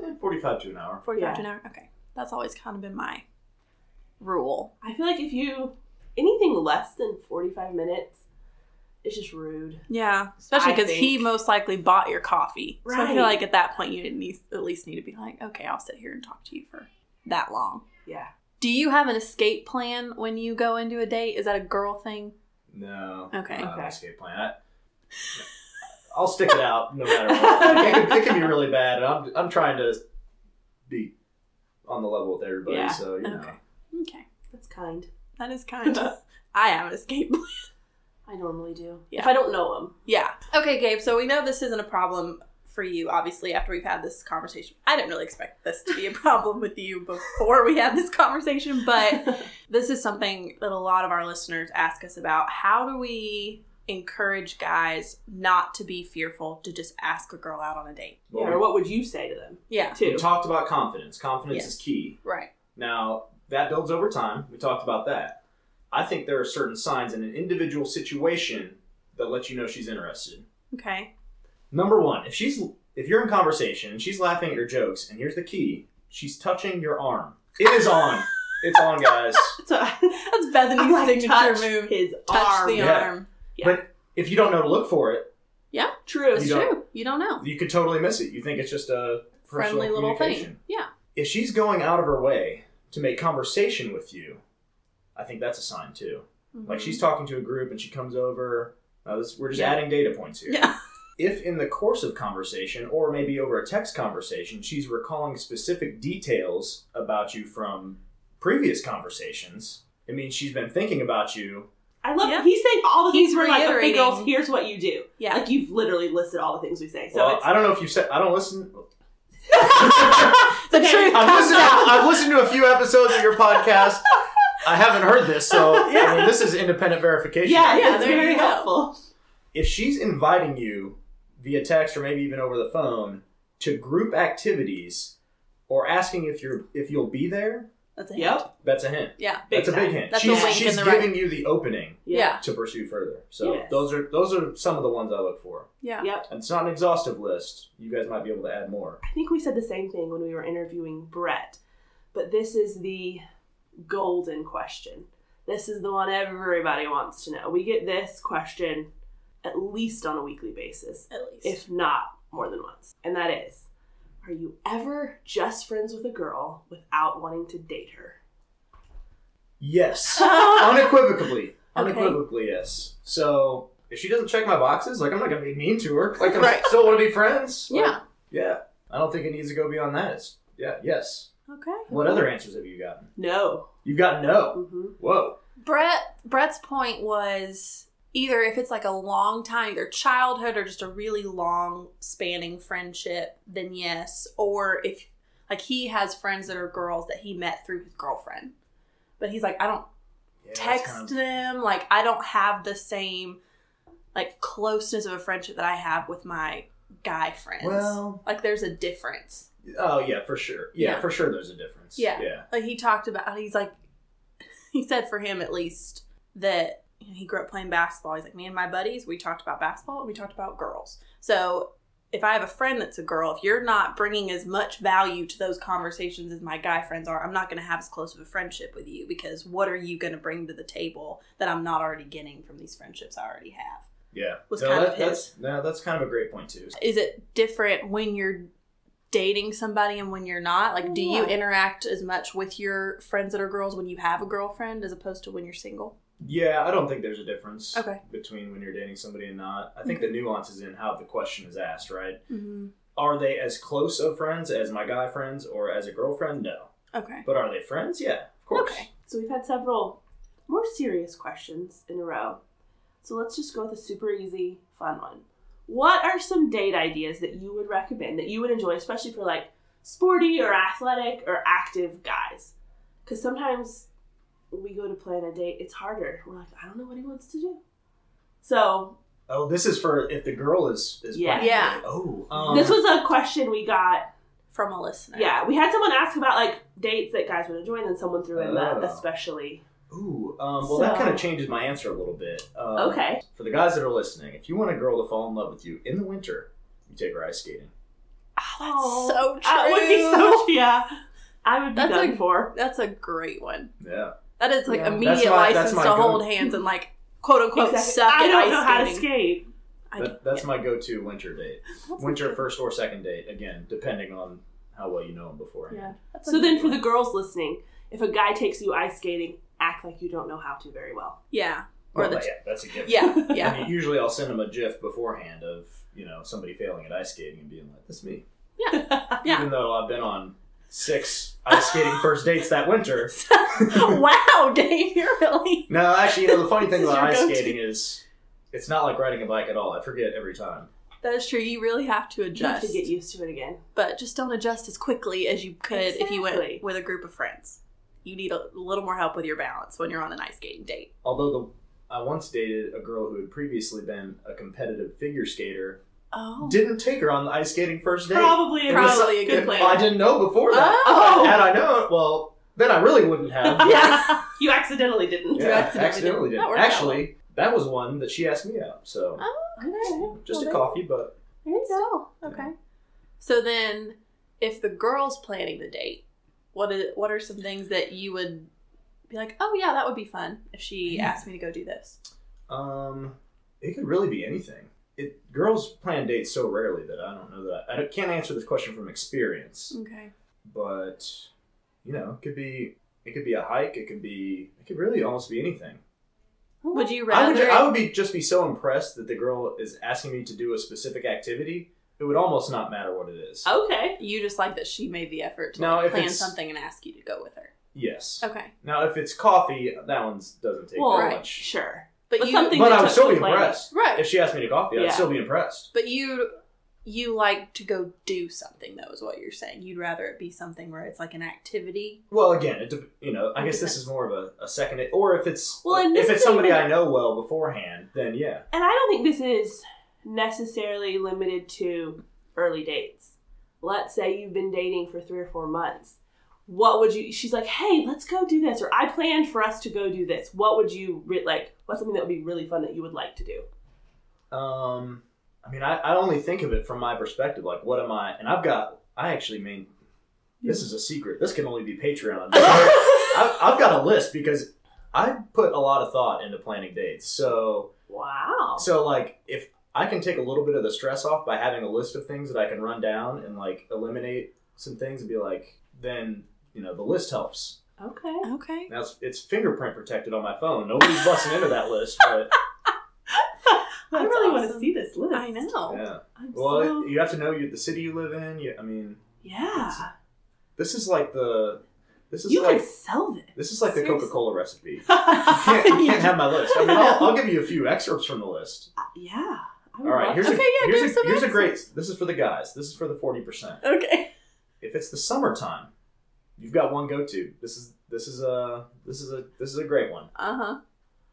Eh, Forty-five to an hour.
45
Yeah.
to an hour? Okay. That's always kind of been my rule.
I feel like if you anything less than forty five minutes, it's just rude.
Yeah, especially
I
because he
think-
most likely bought your coffee. So I
Right.
feel like at that point you didn't need, at least need to be like, okay, I'll sit here and talk to you for that long.
Yeah.
Do you have an escape plan when you go into a date? Is that a girl thing?
No.
Okay.
Not
Okay.
an escape plan. I, I'll stick it out no matter what. It can, it can be really bad, and I'm, I'm trying to be on the level with everybody,
Yeah.
so, you know.
Okay. Okay,
That's kind.
that is (laughs) kind of. I have an escape plan.
I normally do.
Yeah.
If I don't know (laughs) them.
Yeah. Okay, Gabe. So we know this isn't a problem for you. Obviously, after we've had this conversation, I didn't really expect this to be a problem with you before we had this conversation, but. This is something that a lot of our listeners ask us about. How do we encourage guys not to be fearful to just ask a girl out on a date?
(laughs)
But
yeah,
we-
or what would you say to them
Yeah.
we,
too?
talked about confidence. Confidence
Yes.
is key.
Right.
Now, that builds over time. We talked about that. I think there are certain signs in an individual situation that let you know she's interested.
Okay.
Number one, if she's if you're in conversation and she's laughing at your jokes, and here's the key, she's touching your arm. It is on. it's on,
(laughs)
guys.
So (laughs)
That's Bethany's
I'm like,
signature
touch
move.
his
Touch
arm.
the
Yeah.
arm.
But if you don't know to look for it,
True.
That's
You don't-
true. You don't know.
you could totally miss it. You think it's just a personal
Friendly little thing.
communication.
Yeah.
If she's going out of her way to make conversation with you, I think that's a sign too. Like
Mhm.
she's talking to a group and she comes over. Now this, we're just
Yeah.
adding data points here.
Yeah.
(laughs) If in the course of conversation, or maybe over a text conversation, she's recalling specific details about you from previous conversations, it means she's been thinking about you.
I love
Yeah.
he's saying all the
He's
things we're like, okay
reiterating.
girls, here's what you do.
Yeah.
Like you've literally listed all the things we say. So
well,
it's
I don't know if you said I don't listen.
the
okay.
truth
I'm
comes
I've listened,
out.
I've listened to a few episodes of your podcast. I haven't heard this, so I mean, this is independent verification.
yeah,
Yeah,
it's
there
very
you go.
helpful.
If she's inviting you via text or maybe even over the phone to group activities or asking if you're if you'll be there,
That's a hint.
Yep.
that's a hint.
Yeah.
Big
that's a big
time.
hint.
That's a
she's
wink
she's
in the right-
giving you the opening
Yeah.
to pursue further. So
Yes.
those are those are some of the ones I look for.
Yeah.
Yep.
And it's not an exhaustive list. You guys might be able to add more.
I think we said the same thing when we were interviewing Brett, but this is the golden question. This is the one everybody wants to know. We get this question at least on a weekly basis,
At least.
if not more than once. And that is Are you ever just friends with a girl without wanting to date her? (laughs)
(laughs)
Yes. unequivocally unequivocally yes so if she doesn't check my boxes like i'm not gonna be mean to her like
(laughs)
i
Right.
still want to be friends Like,
yeah.
yeah i don't think it needs to go beyond that it's yeah yes
Okay.
what other answers have you gotten
No.
you've got no
Mm-hmm.
whoa
Brett Brett's point was either if it's like a long time, either childhood or just a really long spanning friendship, then yes. Or if like he has friends that are girls that he met through his girlfriend. But he's like, I don't
Yeah, that's
text
kind of-
them, like I don't have the same like closeness of a friendship that I have with my guy friends.
well
like there's a difference.
oh yeah for sure yeah,
Yeah.
for sure there's a difference
Yeah.
yeah
like he talked about he's like (laughs) he said for him at least that you know, he grew up playing basketball. He's like, me and my buddies, we talked about basketball and we talked about girls. So if I have a friend that's a girl, if you're not bringing as much value to those conversations as my guy friends are, I'm not going to have as close of a friendship with you because what are you going to bring to the table that I'm not already getting from these friendships I already have?
Yeah,
Was kind of
that's no, that's kind of a great point too.
Is it different when you're dating somebody and when you're not? Like, do you
Yeah.
interact as much with your friends that are girls when you have a girlfriend as opposed to when you're single?
Yeah, I don't think there's a difference
Okay.
between when you're dating somebody and not. I think the nuance is in how the question is asked, right?
Mm-hmm.
Are they as close of friends as my guy friends or as a girlfriend? No.
Okay.
But are they friends? Yeah, of course.
Okay.
So we've had several more serious questions in a row. So let's just go with a super easy, fun one. What are some date ideas that you would recommend that you would enjoy, especially for like sporty or athletic or active guys? Because sometimes we go to plan a date, it's harder. We're like, I don't know what he wants to do. So
Oh, this is for if the girl is is
Yeah.
pregnant.
Yeah.
Oh, um,
this was a question we got.
From a listener.
Yeah, we had someone ask about like dates that guys would enjoy, and then someone threw in that
Oh.
especially.
Ooh, um, well, that
So-
kind of changes my answer a little bit. Um,
Okay.
For the guys that are listening, if you want a girl to fall in love with you in the winter, you take her ice skating.
Oh, that's
Oh,
so true.
That would
(laughs)
be so yeah. I would be
That's
done
a-
for.
That's a great one.
Yeah.
That is like
Yeah.
immediate
That's my- that's
license
my
to
go-
hold hands and like quote unquote
Exactly.
suck
I
at
don't
ice
know how to
skating.
skate.
I-
That, that's my go-to winter date. Winter first or second date, again, depending on how well you know them beforehand.
Yeah.
That's a
So then,
good
for the
one.
girls listening, if a guy takes you ice skating, act like you don't know how to very
(laughs)
well.
yeah,
Or
Or the-
yeah, that's a given. (laughs)
yeah,
Oh, I
yeah,
mean, usually I'll send them a GIF beforehand of you know somebody failing at ice skating and being like, "That's me."
Yeah.
Yeah.
Even though I've been on six ice
(laughs)
skating first dates that winter.
(laughs) wow, Dave, you're really (laughs)
No, actually, you know the funny thing
This is
about
your
ice
go-to.
skating is it's not like riding a bike at all. I forget every time.
that is true. You really have to
You have
adjust,
to get used to it again.
but just don't adjust as quickly as you could if you
Exactly.
went with a group of friends. You need a little more help with your balance when you're on an ice skating date.
Although the I once dated a girl who had previously been a competitive figure skater.
Oh,
Didn't take her on the ice skating first date.
Probably,
It
Probably a
was-
good
it-
plan.
well, I didn't know before that.
Oh.
Had I known, well, then I really wouldn't
(laughs)
have. but-
yeah. you accidentally didn't.
Yeah,
accidentally
accidentally
did.
did.
That worked out
Actually, that was one that she asked me out. So
Okay.
just
Oh, well,
a
there-
coffee, but
There you go. Okay. So then, if the girl's planning the date, what is, what are some things that you would be like? Oh yeah, that would be fun if she asked me to go do this.
um, it could really be anything. It girls plan dates so rarely that I don't know that I, I can't answer this question from experience.
Okay.
But you know, it could be it could be a hike. It could be it could really almost be anything.
Would you
I would,
rather?
ju- I would be just be so impressed that the girl is asking me to do a specific activity. It would almost not matter what it is.
Okay.
you just like that she made the effort to
No,
like,
if
plan
it's-
something and ask you to go with her.
Yes.
Okay.
Now, if it's coffee, that one doesn't take
Well,
that
right.
much.
Sure.
But,
But
you
something-
But
they
I would
took
still
the
be
flavor.
impressed.
right.
If she asked me to coffee,
Yeah.
I'd still be impressed.
but you you like to go do something though is what you're saying. You'd rather it be something where it's like an activity.
Well, again, it, dep- you know, I guess this is more of a, a second, or if it's
Well, and
if
this
it's
is
somebody
even-
I know well beforehand, then yeah,
And I don't think this is necessarily limited to early dates. Let's say you've been dating for three or four months. What would you? She's like, "Hey, let's go do this," or "I planned for us to go do this." What would you re- like? What's something that would be really fun that you would like to do? (laughs)
Um, I mean, I, I only think of it from my perspective. Like, what am I? And I've got, I actually mean, this is a secret. This can only be Patreon. I've, I've got a list because I put a lot of thought into planning dates. So,
Wow.
so like, if I can take a little bit of the stress off by having a list of things that I can run down and like eliminate some things and be like, then you know, the list helps.
Okay.
Okay.
Now it's, it's fingerprint protected on my phone. Nobody's busting into that list, but
I
That's
really want to
awesome.
see this list.
I know.
yeah.
I'm
Well,
so-
you have to know you, the city you live in. You, I mean.
yeah.
This is like the this is
You
like
could sell
(laughs)
this.
this is like the
Seriously.
Coca
(laughs)
Cola recipe. You can't, you can't have my list. I mean, I'll, I'll give you a few excerpts from the list.
(laughs) yeah. I would
All right,
love
here's
to-
Okay,
a
yeah, give
here's,
us
a,
some
here's a great. This is for the guys. This is for the forty percent.
Okay.
If it's the summertime, you've got one go to. This is this is a this is a this is a great one.
Uh
(laughs)
huh.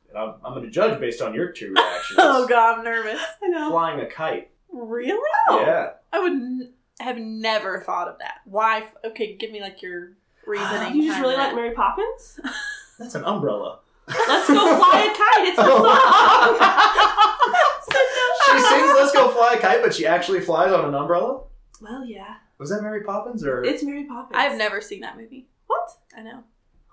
And I'm, I'm going to judge based on your two
(laughs)
reactions.
Oh god, I'm nervous. (laughs)
I know.
Flying a kite.
Really?
Yeah.
I would n- have never thought of that. Why? f- Okay, give me like your reasoning.
(gasps) You just
behind
really
that. (laughs)
like Mary Poppins?
That's an umbrella. (laughs)
Let's go fly a kite. It's the
She
song.
sings "Let's Go Fly a Kite," but she actually flies on an umbrella.
well, yeah.
Was that Mary Poppins or?
It's Mary Poppins.
I've never seen that movie.
What?
I know.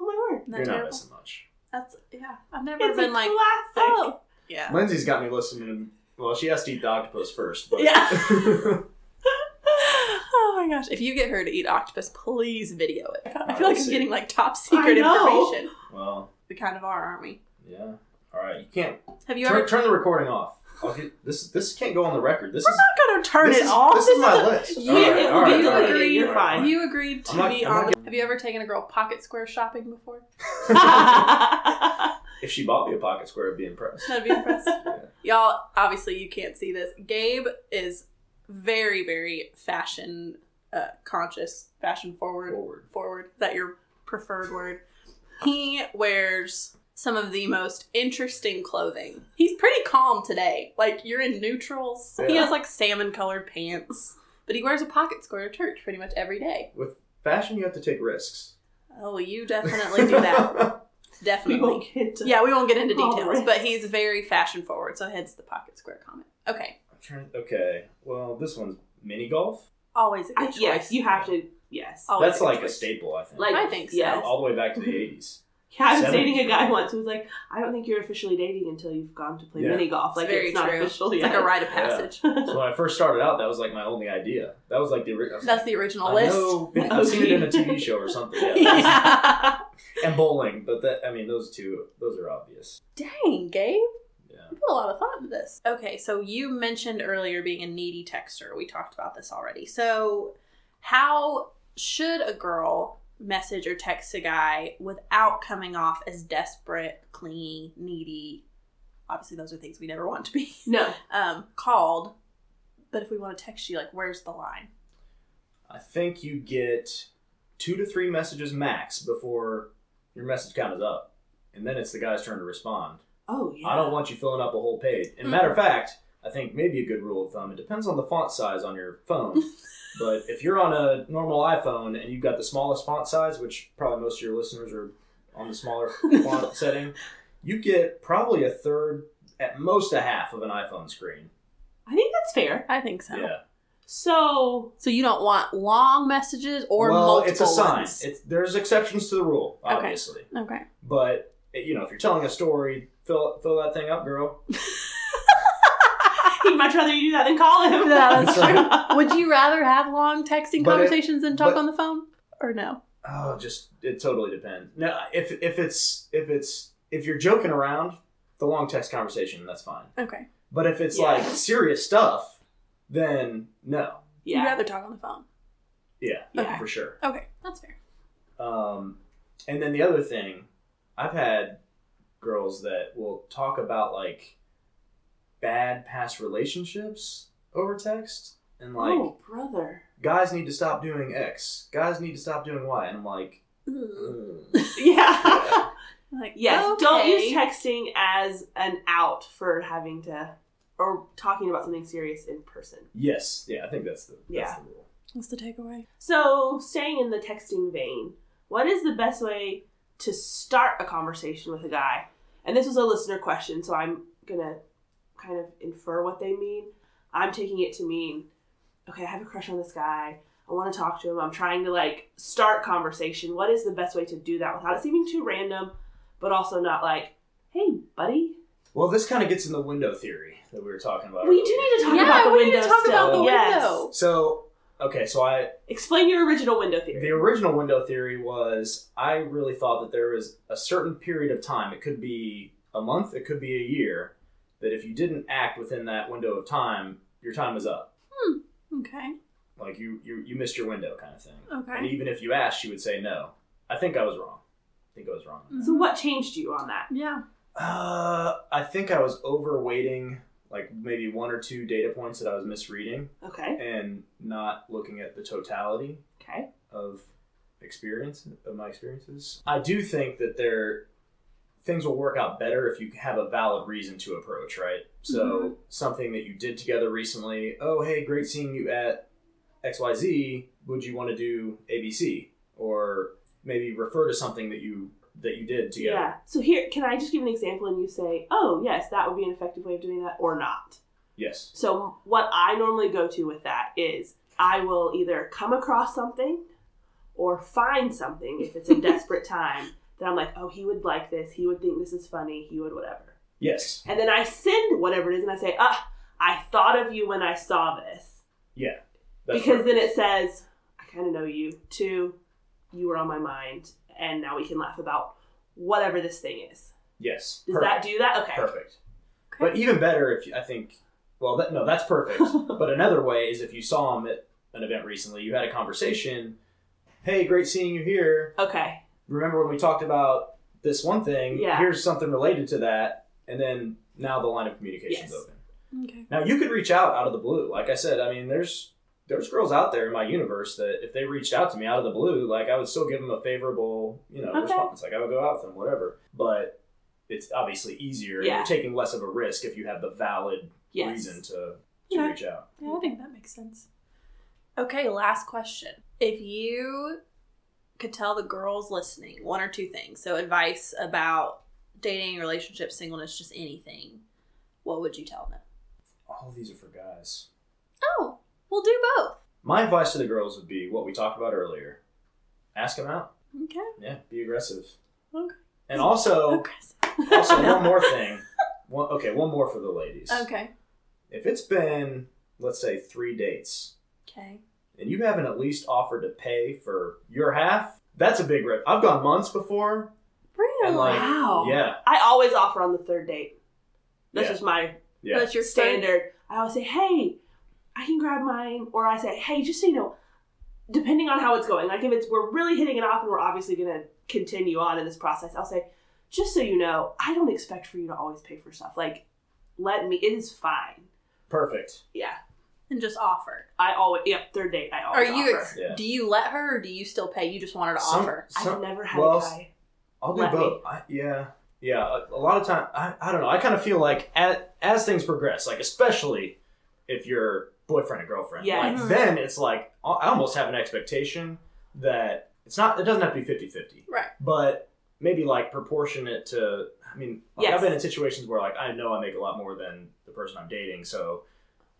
Oh my word.
Isn't that
You're not
terrible?
missing much.
That's yeah. I've never
It's
been
a
like
classic.
oh yeah.
Lindsay's got me listening. Well, she has to eat the octopus first. But
Yeah. (laughs) oh my gosh. If you get her to eat octopus, please video it. I feel like I'm
see.
getting like top secret
I know.
information.
(laughs) well,
We kind of are, aren't we?
yeah. All right, you can't
Have you (laughs)
turn,
ever
turn the recording off. I'll get- this this can't go on the record. This is
I'm not gonna turn
this
it
is-
off?
This is my
(laughs) a-
list.
You-
All right,
it will
all
be
right, all right,
deleted.
all
You're
right.
fine.
You agreed to
I'm not-
be
I'm
on.
not
the- Have you ever taken a girl pocket square shopping before?
(laughs)
(laughs)
If she bought me a pocket square, I'd be impressed.
That'd be (laughs) impressive.
Yeah.
Y'all, obviously, you can't see this. Gabe is very, very fashion uh, conscious, fashion forward.
Forward.
Forward. Is that your preferred word? He wears some of the most interesting clothing. He's pretty calm today. Like you're in neutrals. He
Yeah.
has like salmon colored pants, but he wears a pocket square to church pretty much every day.
With fashion, you have to take risks.
Oh, you definitely do
(laughs)
that.
we
definitely.
won't get to
Yeah, we won't get into
All
details,
right.
but he's very fashion forward, so hence the pocket square comment. Okay,
I'm trying. Okay. Well, this one's mini golf.
always a good
I,
choice.
yes, you have to. Yes.
Always
That's
good
like a
choice.
staple, I think.
Like,
Oh, I think so.
yes.
all the way back to
Mm-hmm.
the '80s.
Yeah, I was
Seven.
dating a guy once who was like, I don't think you're officially dating until you've gone to play
Yeah.
mini golf. Like,
It's very
it's not
true.
official
It's
yet.
like
(laughs)
a rite of passage.
So when I first started out, that was like my only idea. That was like the original.
That's the original
I
list. (laughs)
know- I've seen it in a TV show or something. Yeah.
Yeah.
And bowling, but that I mean, those two, those are obvious.
Dang, Gabe, you
Yeah.
put a lot of thought into this. Okay, so you mentioned earlier being a needy texter. We talked about this already. So, how should a girl message or text a guy without coming off as desperate, clingy, needy? Obviously, those are things we never want to be. (laughs)
no.
um, called, but if we want to text you, like, where's the line?
I think you get two to three messages max before your message count is up, and then it's the guy's turn to respond.
Oh, yeah.
I don't want you filling up a whole page. And matter of
Mm-hmm.
fact, I think maybe a good rule of thumb. It depends on the font size on your
(laughs)
phone. but if you're on a normal iPhone and you've got the smallest font size, which probably most of your listeners are on
(laughs)
the smaller font setting, you get probably a third, at most a half of an iPhone screen.
I think that's fair.
I think so.
Yeah.
So,
So you don't want long messages or
well,
multiple
it's a sign.
ones?
It's, there's exceptions to the rule,
Okay.
obviously.
okay.
But you know, if you're telling a story, fill fill that thing up, girl.
he'd much rather you do that than call him.
Yeah,
(laughs)
that's
true.
Would you rather have long texting
But it-
conversations than talk
but-
on the phone, or no?
Oh, just it totally depends. Now, if if it's if it's if you're joking around, the long text conversation, that's fine.
Okay.
But if it's
Yeah.
like serious stuff, then no,
You'd
yeah.
rather talk on the phone.
yeah,
Okay.
for sure.
Okay, that's fair.
Um, and then the other thing, I've had girls that will talk about like bad past relationships over text, and like
oh, brother.
guys need to stop doing X, guys need to stop doing Y, and I'm like, "Ugh."
(laughs) Yeah.
Like
Yes, don't
okay.
use texting as an out for having to or talking about something serious in person.
yes, yeah, I think that's the
Yeah.
that's the rule.
What's the takeaway?
So, staying in the texting vein, what is the best way to start a conversation with a guy? And this was a listener question, so I'm gonna kind of infer what they mean. I'm taking it to mean, okay, I have a crush on this guy. I want to talk to him. I'm trying to like start conversation. What is the best way to do that without it seeming too random, but also not like, hey, buddy,
Well, this kind of gets in the window theory that we were talking about.
We do
earlier.
need to talk
yeah,
about the
we
window.
need to talk
still.
about the
yes.
window.
So, okay, so I
Explain your original window theory.
The original window theory was I really thought that there was a certain period of time, it could be a month, it could be a year, that if you didn't act within that window of time, your time was up.
Okay.
Like you you, you missed your window kind of thing. And
Okay.
even if you asked, she would say no. I think I was wrong. I think I was wrong.
so what changed you on that?
Mm-hmm. Yeah.
Uh, I think I was overweighting like maybe one or two data points that I was misreading
Okay.
and not looking at the totality
Okay.
of experience of my experiences. I do think that there things will work out better if you have a valid reason to approach, right? So
Mm-hmm.
something that you did together recently, oh hey, great seeing you at XYZ, would you want to do ABC or maybe refer to something that you that you did together.
Yeah. So here, can I just give an example and you say, oh, yes, that would be an effective way of doing that or not?
Yes.
So what I normally go to with that is I will either come across something or find something if it's (laughs) a desperate time that I'm like, oh, he would like this. He would think this is funny. He would whatever.
Yes.
And then I send whatever it is and I say, ah, I thought of you when I saw this.
Yeah.
because
right.
then it says, I kind of know you. Two, you were on my mind. And now we can laugh about whatever this thing is.
yes.
Does that
Perfect.
do that? Okay.
Perfect. But even better if you, I think, well, that, no,
(laughs)
that's perfect. but another way is if you saw him at an event recently, you had a conversation. Hey, great seeing you here.
Okay.
Remember when we talked about this one thing?
Yeah.
Here's something related to that, and then now the line of communication's
Yes.
open.
Okay.
Now you could reach out out of the blue. Like I said, I mean, there's there's girls out there in my universe that if they reached out to me out of the blue, like I would still give them a favorable, you know,
Okay.
response. Like I would go out with them, whatever. But it's obviously easier.
Yeah.
You're taking less of a risk if you have the valid
Yes.
reason to, to
Yeah.
reach out.
Yeah, I think that makes sense. Okay, last question. If you could tell the girls listening one or two things, so advice about dating, relationships, singleness, just anything, what would you tell them?
All of these are for guys.
Oh, we'll do both.
My advice to the girls would be what we talked about earlier. Ask them out.
Okay.
Yeah, be aggressive.
Okay. (laughs)
And also,
Aggressive.
also one more thing. One, okay, one more for the ladies.
(laughs) Okay.
If it's been, let's say, three dates,
Okay.
and you haven't at least offered to pay for your half, that's a big rip. I've gone months before,
Really?
and like,
Wow.
yeah,
I always offer on the third date. That's
Yeah.
just my
yeah,
That's your standard.
standard. I always say, hey, I can grab mine. Or I say, hey, just so you know, depending on how it's going, like if it's we're really hitting it off and we're obviously going to continue on in this process, I'll say, just so you know, I don't expect for you to always pay for stuff. Like, let me, it is fine.
perfect.
Yeah.
And just offer.
I always, yep, third date, I
Are
always
you?
offer.
Ex-
Yeah.
Do you let her, or do you still pay? You just want her to
Some-
offer.
I've
some-
never had
well,
a guy.
I'll do
Let me.
both. I, yeah, yeah. A, a lot of time, I, I don't know. I kind of feel like as, as things progress, like especially if you're boyfriend and girlfriend,
Yeah. mm-hmm.
like
Mhm.
then it's like I I almost have an expectation that it's not. It doesn't have to be 50-50.
Right.
but maybe like proportionate to i mean like,
Yes.
i've been in situations where like i know i make a lot more than the person i'm dating so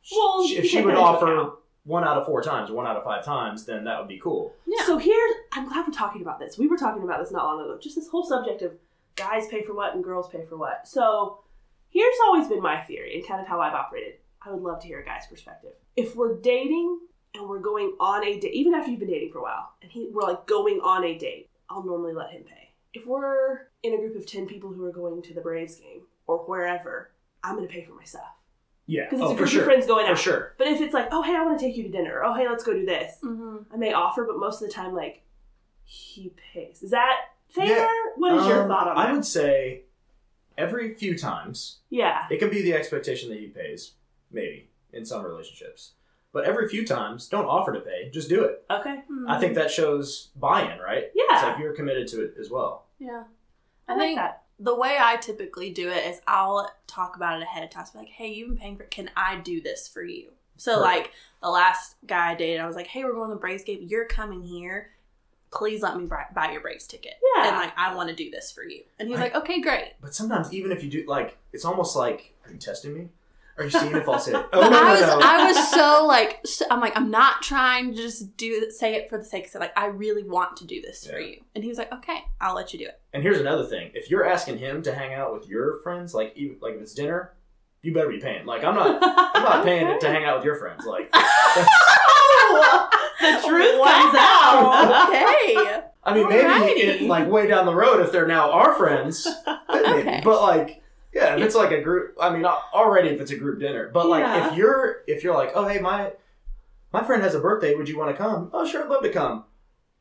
sh-
Well,
sh-
you
if she
take
would
that into
offer
account.
one out of four times or one out of five times then that would be cool
Yeah.
So here, I'm glad we're talking about this. We were talking about this not long ago. Just this whole subject of guys pay for what and girls pay for what. So here's always been my theory and kind of how I've operated. I would love to hear a guy's perspective. If we're dating and we're going on a date, even after you've been dating for a while, and he, we're like going on a date, I'll normally let him pay. If we're in a group of 10 people who are going to the Braves game or wherever, I'm going to pay for my stuff.
yeah
Because it's
oh,
a
for
group
sure
of friends going
for
out.
sure
But if it's like, oh, hey, I want to take you to dinner, or oh, hey, let's go do this,
Mm-hmm.
I may offer, but most of the time, like he pays. Is that fair?
Yeah.
What is your
Um,
thought on
i
that?
would say every few times
yeah,
it can be the expectation that he pays maybe in some relationships but every few times don't offer to pay just do it
okay,
Mm-hmm.
i think that shows buy-in right it's
Mm-hmm. yeah,
like you're committed to it as well
Yeah.
I
I,
like
think
that.
the way I typically do it is I'll talk about it ahead of time. So like, hey, you've been paying for it. Can I do this for you? So
Perfect.
like the last guy I dated, I was like, hey, we're going to the Braves game. You're coming here. Please let me buy, buy your Braves ticket.
Yeah.
And like, I want to do this for you. And he's
I-
like, okay, great.
But sometimes, even if you do, like, it's almost like, are you testing me? Are you seeing if
(laughs)
I'll say it? Oh,
But
no,
I
no,
was
no.
I was so like so, I'm like I'm not trying to just do say it for the sake of it. like I really want to do this for
Yeah.
you. And he was like, okay, I'll let you do it.
and here's another thing: if you're asking him to hang out with your friends, like, even, like if it's dinner, you better be paying. Like, I'm not,
(laughs)
I'm not paying to hang out with your friends. Like,
the truth
Wow,
comes out.
okay.
I mean, maybe
Alrighty.
in, like way down the road, if they're now our
(laughs)
friends, then maybe.
Okay.
But like, yeah, if it's like a group, I mean, al- already if it's a group dinner, but like
Yeah.
if you're if you're like, oh hey, my my friend has a birthday, would you want to come? Oh sure, I'd love to come,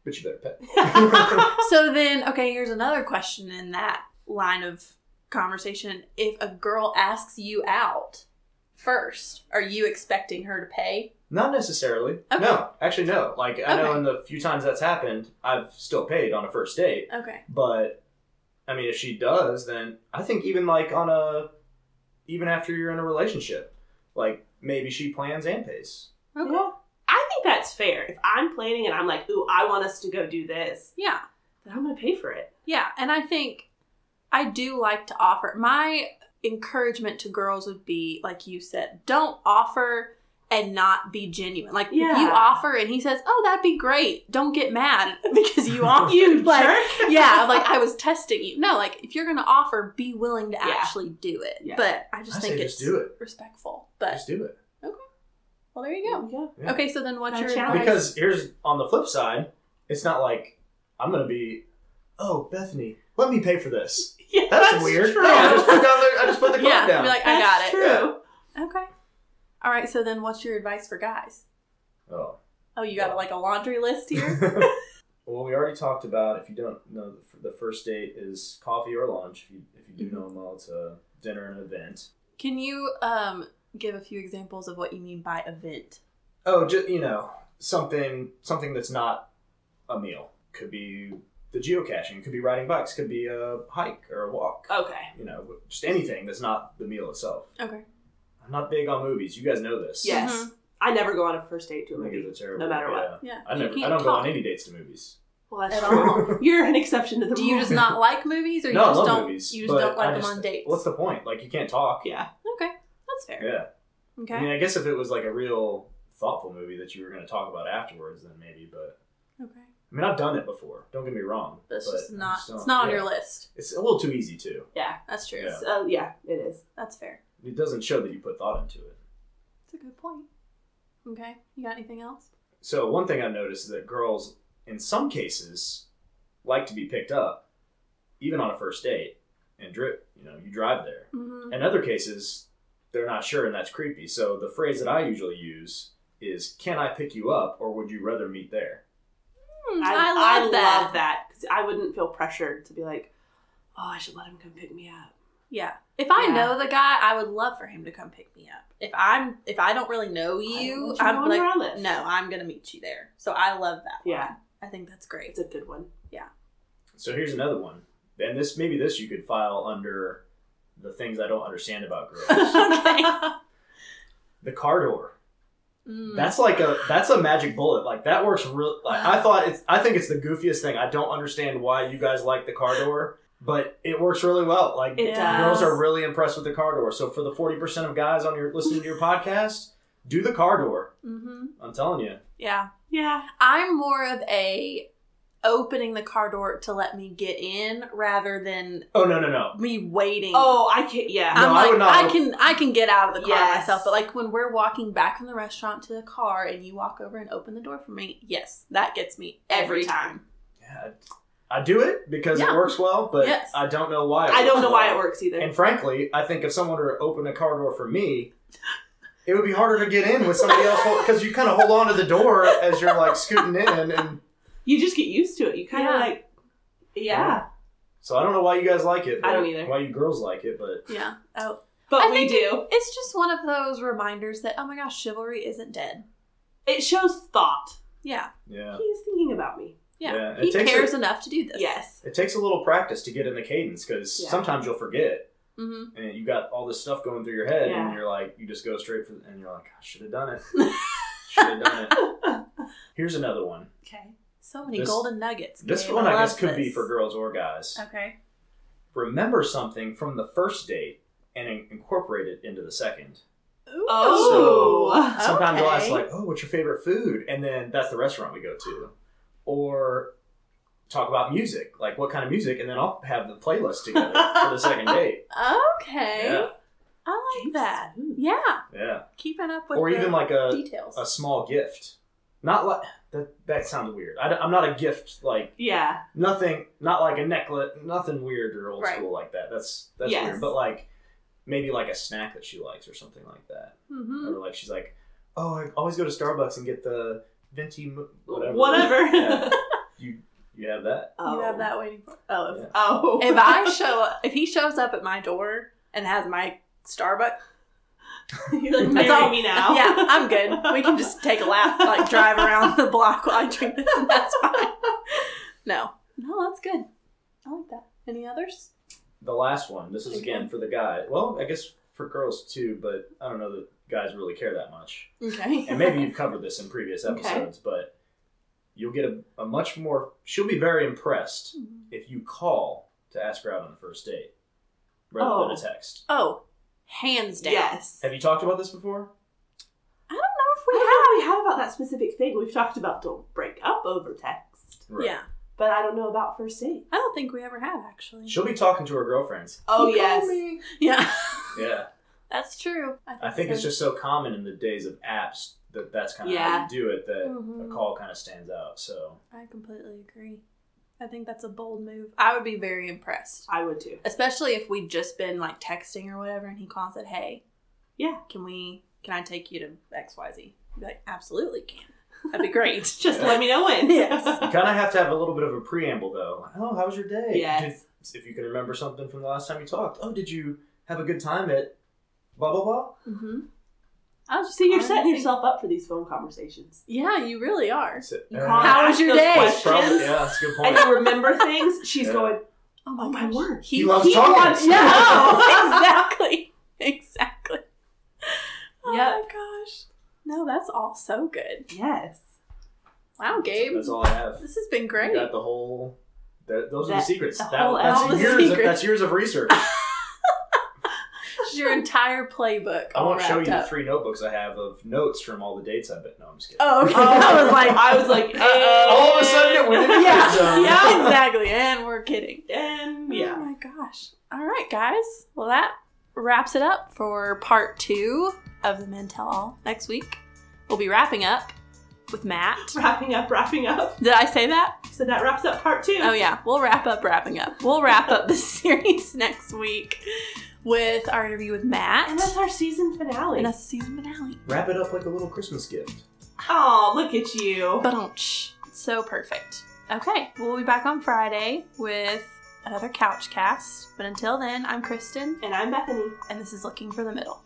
but you better
(laughs)
pay.
So then, okay, here's another question in that line of conversation. If a girl asks you out first, are you expecting her to pay?
Not necessarily.
Okay.
No, actually, no. Like I know
Okay.
in the few times that's happened, I've still paid on a first date.
Okay.
But I mean, if she does, then I think even like on a even after you're in a relationship, like maybe she plans and pays.
(laughs) Okay.
Yeah. I think that's fair. If I'm planning and I'm like, ooh, I want us to go do this,
Yeah.
then I'm going to pay for it.
Yeah, and I think I do like to offer. My encouragement to girls would be, like you said, don't offer and not be genuine. Like if you
Yeah.
offer and he says, "Oh, that'd be great," don't get mad (laughs)
(laughs)
because you
Oh.
offered. (laughs)
You
like,
jerk.
yeah, like I was testing you. No, like if you're gonna offer, be willing to
Yeah.
actually do it.
Yeah.
But I just
I
think
say
it's
just do it.
respectful. But
Just do it.
well, there you go.
(laughs) Yeah.
Yeah.
Okay, so then what's
My
your
challenge.
advice?
Because here's on the flip side, it's not like I'm gonna be, oh Bethany, let me pay for this.
yeah
That's, weird.
True.
No,
(laughs)
I just put down there. I
(laughs)
just put the
yeah,
card down.
be like, I
That's
got it.
True.
Okay. All right. So then, what's your advice for guys?
oh.
Oh, you got like a laundry list here.
(laughs) well, we already talked about if you don't know the, f- the first date is coffee or lunch. If you if you do know them well, it's a dinner and an event.
Can you um give a few examples of what you mean by event?
Oh, just you know something something that's not a meal could be the geocaching, could be riding bikes, could be a hike or a walk.
Uh,
Okay.
You know, just anything that's not the meal itself.
Okay.
I'm not big on movies. You guys know this.
Yes.
Mm-hmm.
I never go on a first date to a movie.
Movies are terrible.
No matter what.
Yeah.
I
You
never. I
can't
don't go
talk.
on any dates to movies.
Well, that's
At
(laughs)
true. (laughs) You're an exception to the
Do you
rule.
just not like movies, or you
no, I
just
love
don't?
movies.
you just
but
don't like
I
them
just-
on dates.
What's the point? Like you can't talk.
(laughs) Yeah.
okay, that's fair.
Yeah.
Okay.
I mean, I guess if it was like a real thoughtful movie that you were going to talk about afterwards, then maybe. But
Okay.
I mean, I've done it before. Don't get me wrong.
That's
but
just
I
not.
don't-
It's not on
yeah.
your list.
It's a little too easy too.
That's true.
Yeah.
So, yeah, it is.
That's fair.
It doesn't show that you put thought into it.
That's a good point. Okay. You got anything else?
So one thing I've noticed is that girls, in some cases, like to be picked up, even on a first date, and drip. You know, you drive there.
Mm-hmm.
In other cases, they're not sure, and that's creepy. So the phrase that I usually use is, "Can I pick you up, or would you rather meet there?"
Mm, Hmm, I, love that.
love that because I wouldn't feel pressured to be like, oh, I should let him come pick me up.
Yeah. If I
Yeah.
know the guy, I would love for him to come pick me up. If I'm if I don't really know you,
I
I'm
don't want you
like
on your list.
no, I'm gonna meet you there. So I love that.
Yeah.
line. I think that's great.
It's a good one.
So here's another one, and this maybe this you could file under the things I don't understand about girls.
(laughs)
(laughs)
(laughs)
okay.
the car door.
Hmm.
Mm.
That's like a that's a magic bullet. Like that works real. Like I thought it's I think it's the goofiest thing. I don't understand why you guys like the car door, but it works really well. Like
It
Yeah.
does.
girls are really impressed with the car door. So for the forty percent of guys on your listening
(laughs)
to your podcast, do the car door.
hmm
I'm telling you.
Yeah.
yeah.
I'm more of a opening the car door to let me get in rather than
Oh no no no.
me waiting.
Oh, I can't. Yeah.
No,
I'm
I
like, I,
would not have-
can I can get out of the car
Yes.
myself, but like when we're walking back from the restaurant to the car and you walk over and open the door for me, yes, that gets me every,
Every
time.
time.
Yeah, I I do it because
Yeah.
it works well, but
Yes.
I don't know why. It
I don't
works
know why
well. (laughs)
it works either.
And frankly, I think if someone were to open a car door for me, it would be harder to get in with somebody
(laughs)
else because you kind of hold on to the door as you're like scooting in, and
you just get used to it. You kind of
Yeah.
like, yeah.
so I don't know why you guys like it.
I don't
but-
either.
Why you girls like it, but
Yeah. Oh,
But
I
we
think
do.
it's just one of those reminders that oh my gosh, chivalry isn't dead.
It, shows thought.
Yeah.
yeah,
He's thinking about me.
Yeah.
Yeah, it
he
takes
cares
a-
enough to do this.
Yes.
it takes a little practice to get in the cadence because
Yeah.
sometimes you'll forget
hmm
and you got all this stuff going through your head,
Yeah.
and you're like, you just go straight for, and you're like, I should have done it. should have done it.
(laughs)
Here's another one.
Okay.
So many
This-
golden nuggets.
This
Gabe.
one I
love
guess could be
this.
for girls or guys.
Okay.
Remember something from the first date and in- incorporate it into the second.
Oh.
So-
Sometimes I'll ask
Okay.
like, "Oh, what's your favorite food?" And then that's the restaurant we go to, or talk about music, like what kind of music, and then I'll have the playlist
(laughs)
together for the second date.
okay.
Yeah,
I like that.
Ooh.
Yeah.
yeah.
Keeping up with
Or
the
even like a
details.
a small gift, not like that. That sounds weird. I, am not a gift like
Yeah.
nothing, not like a necklace, nothing weird or old
Right.
school like that. That's that's
Yes.
weird. But like maybe like a snack that she likes or something like that.
hmm
Or like she's like, "Oh, I always go to Starbucks and get the venti mo- whatever."
Whatever. (laughs)
Yeah. You you have that?
You have that waiting for. Oh. if-
Oh.
Oh. If I show up, if he shows up at my door and has my Starbucks,
(laughs) You're like,
That's
marry
all-
me
(laughs)
now.
yeah, I'm
(laughs)
good. We can just take a lap, like drive around the block while I drink this, and that's (laughs) fine. No, no, that's good. I like that. Any others?
The last one. This is again for the guy. Well, I guess for girls too, but I don't know that guys really care that much.
Okay.
And maybe you've covered this in previous episodes, but you'll get a, a much more. She'll be very impressed if you call to ask her out on the first date rather than
Oh.
a text.
(laughs) Oh, hands down.
Yes.
Have you talked about this before?
I don't know if we have.
I don't know how we have about that specific thing. We've talked about don't break up over text,
Yeah,
but I don't know about first date.
I don't think we ever have actually.
She'll be talking to her
(sighs)
girlfriends.
Oh
You call
yes.
me.
Yeah, (laughs)
Yeah.
that's true.
I think it's just so common in the days of apps that that's kind of how
Yeah.
you do it that
Mhm.
a call kind of stands out. So
I completely agree. I think that's a bold move. I would be very impressed,
I would too.
especially if we'd just been like texting or whatever, and he calls it, "Hey,
Yeah.
can we? Can I take you to X Y Z?" Be like, "Absolutely can. That'd be great."
Just let me
(laughs)
know when.
Yes.
you kind of have to have a little bit of a preamble though. Like, oh, how was your day?
Yes.
Did- if you can remember something from the last time you talked. Oh, did you have a good time at blah blah blah?
(laughs) mm-hmm. I was just
See, you're
calling to
setting
think-
yourself up for these phone conversations.
Yeah, you really are.
That's it.
You
Uh,
call
How
and
was
ask
your
those
day?
that's probably-
Questions,
yeah, that's
(laughs)
a good point.
and you remember things. She's
Yeah.
going,
Oh
my
gosh.
word.
He,
He loves
he
talking.
wants-
(laughs) Yeah.
No, exactly, exactly. Oh
Yep.
my gosh. No, that's all so good.
yes.
Wow, Gabe,
That's all I have.
this has been
You
great.
got the whole. That, those are the
That-
secrets.
the
That-
whole-
all the
that's years. Of,
secrets.
that's years
(laughs)
of research.
This is your entire playbook.
I
all
won't show
wrapped
you the
up.
three notebooks I have of notes from all the dates I've been. No, I'm just kidding. (laughs)
Oh, okay.
Oh,
I
(laughs)
was like,
I was like,
All of a sudden, it went into
yeah,
the
(laughs)
zone.
yeah, exactly. And we're kidding.
and
Oh
yeah.
my gosh. All right, guys. Well, that wraps it up for part two of the Men Tell All. Next week, we'll be wrapping up with Matt.
(laughs) Wrapping up, wrapping up.
Did I say that?
So that wraps up part two.
Oh yeah, we'll wrap up wrapping up. We'll wrap up this (laughs) series next week with our interview with Matt.
And that's our season finale.
And that's the season finale.
Wrap it up like a little Christmas gift.
Oh, look at you.
Ba-dunch. So perfect. Okay, we'll be back on Friday with another couch cast. But until then, I'm Kristen,
And I'm Bethany.
and this is Looking for the Middle.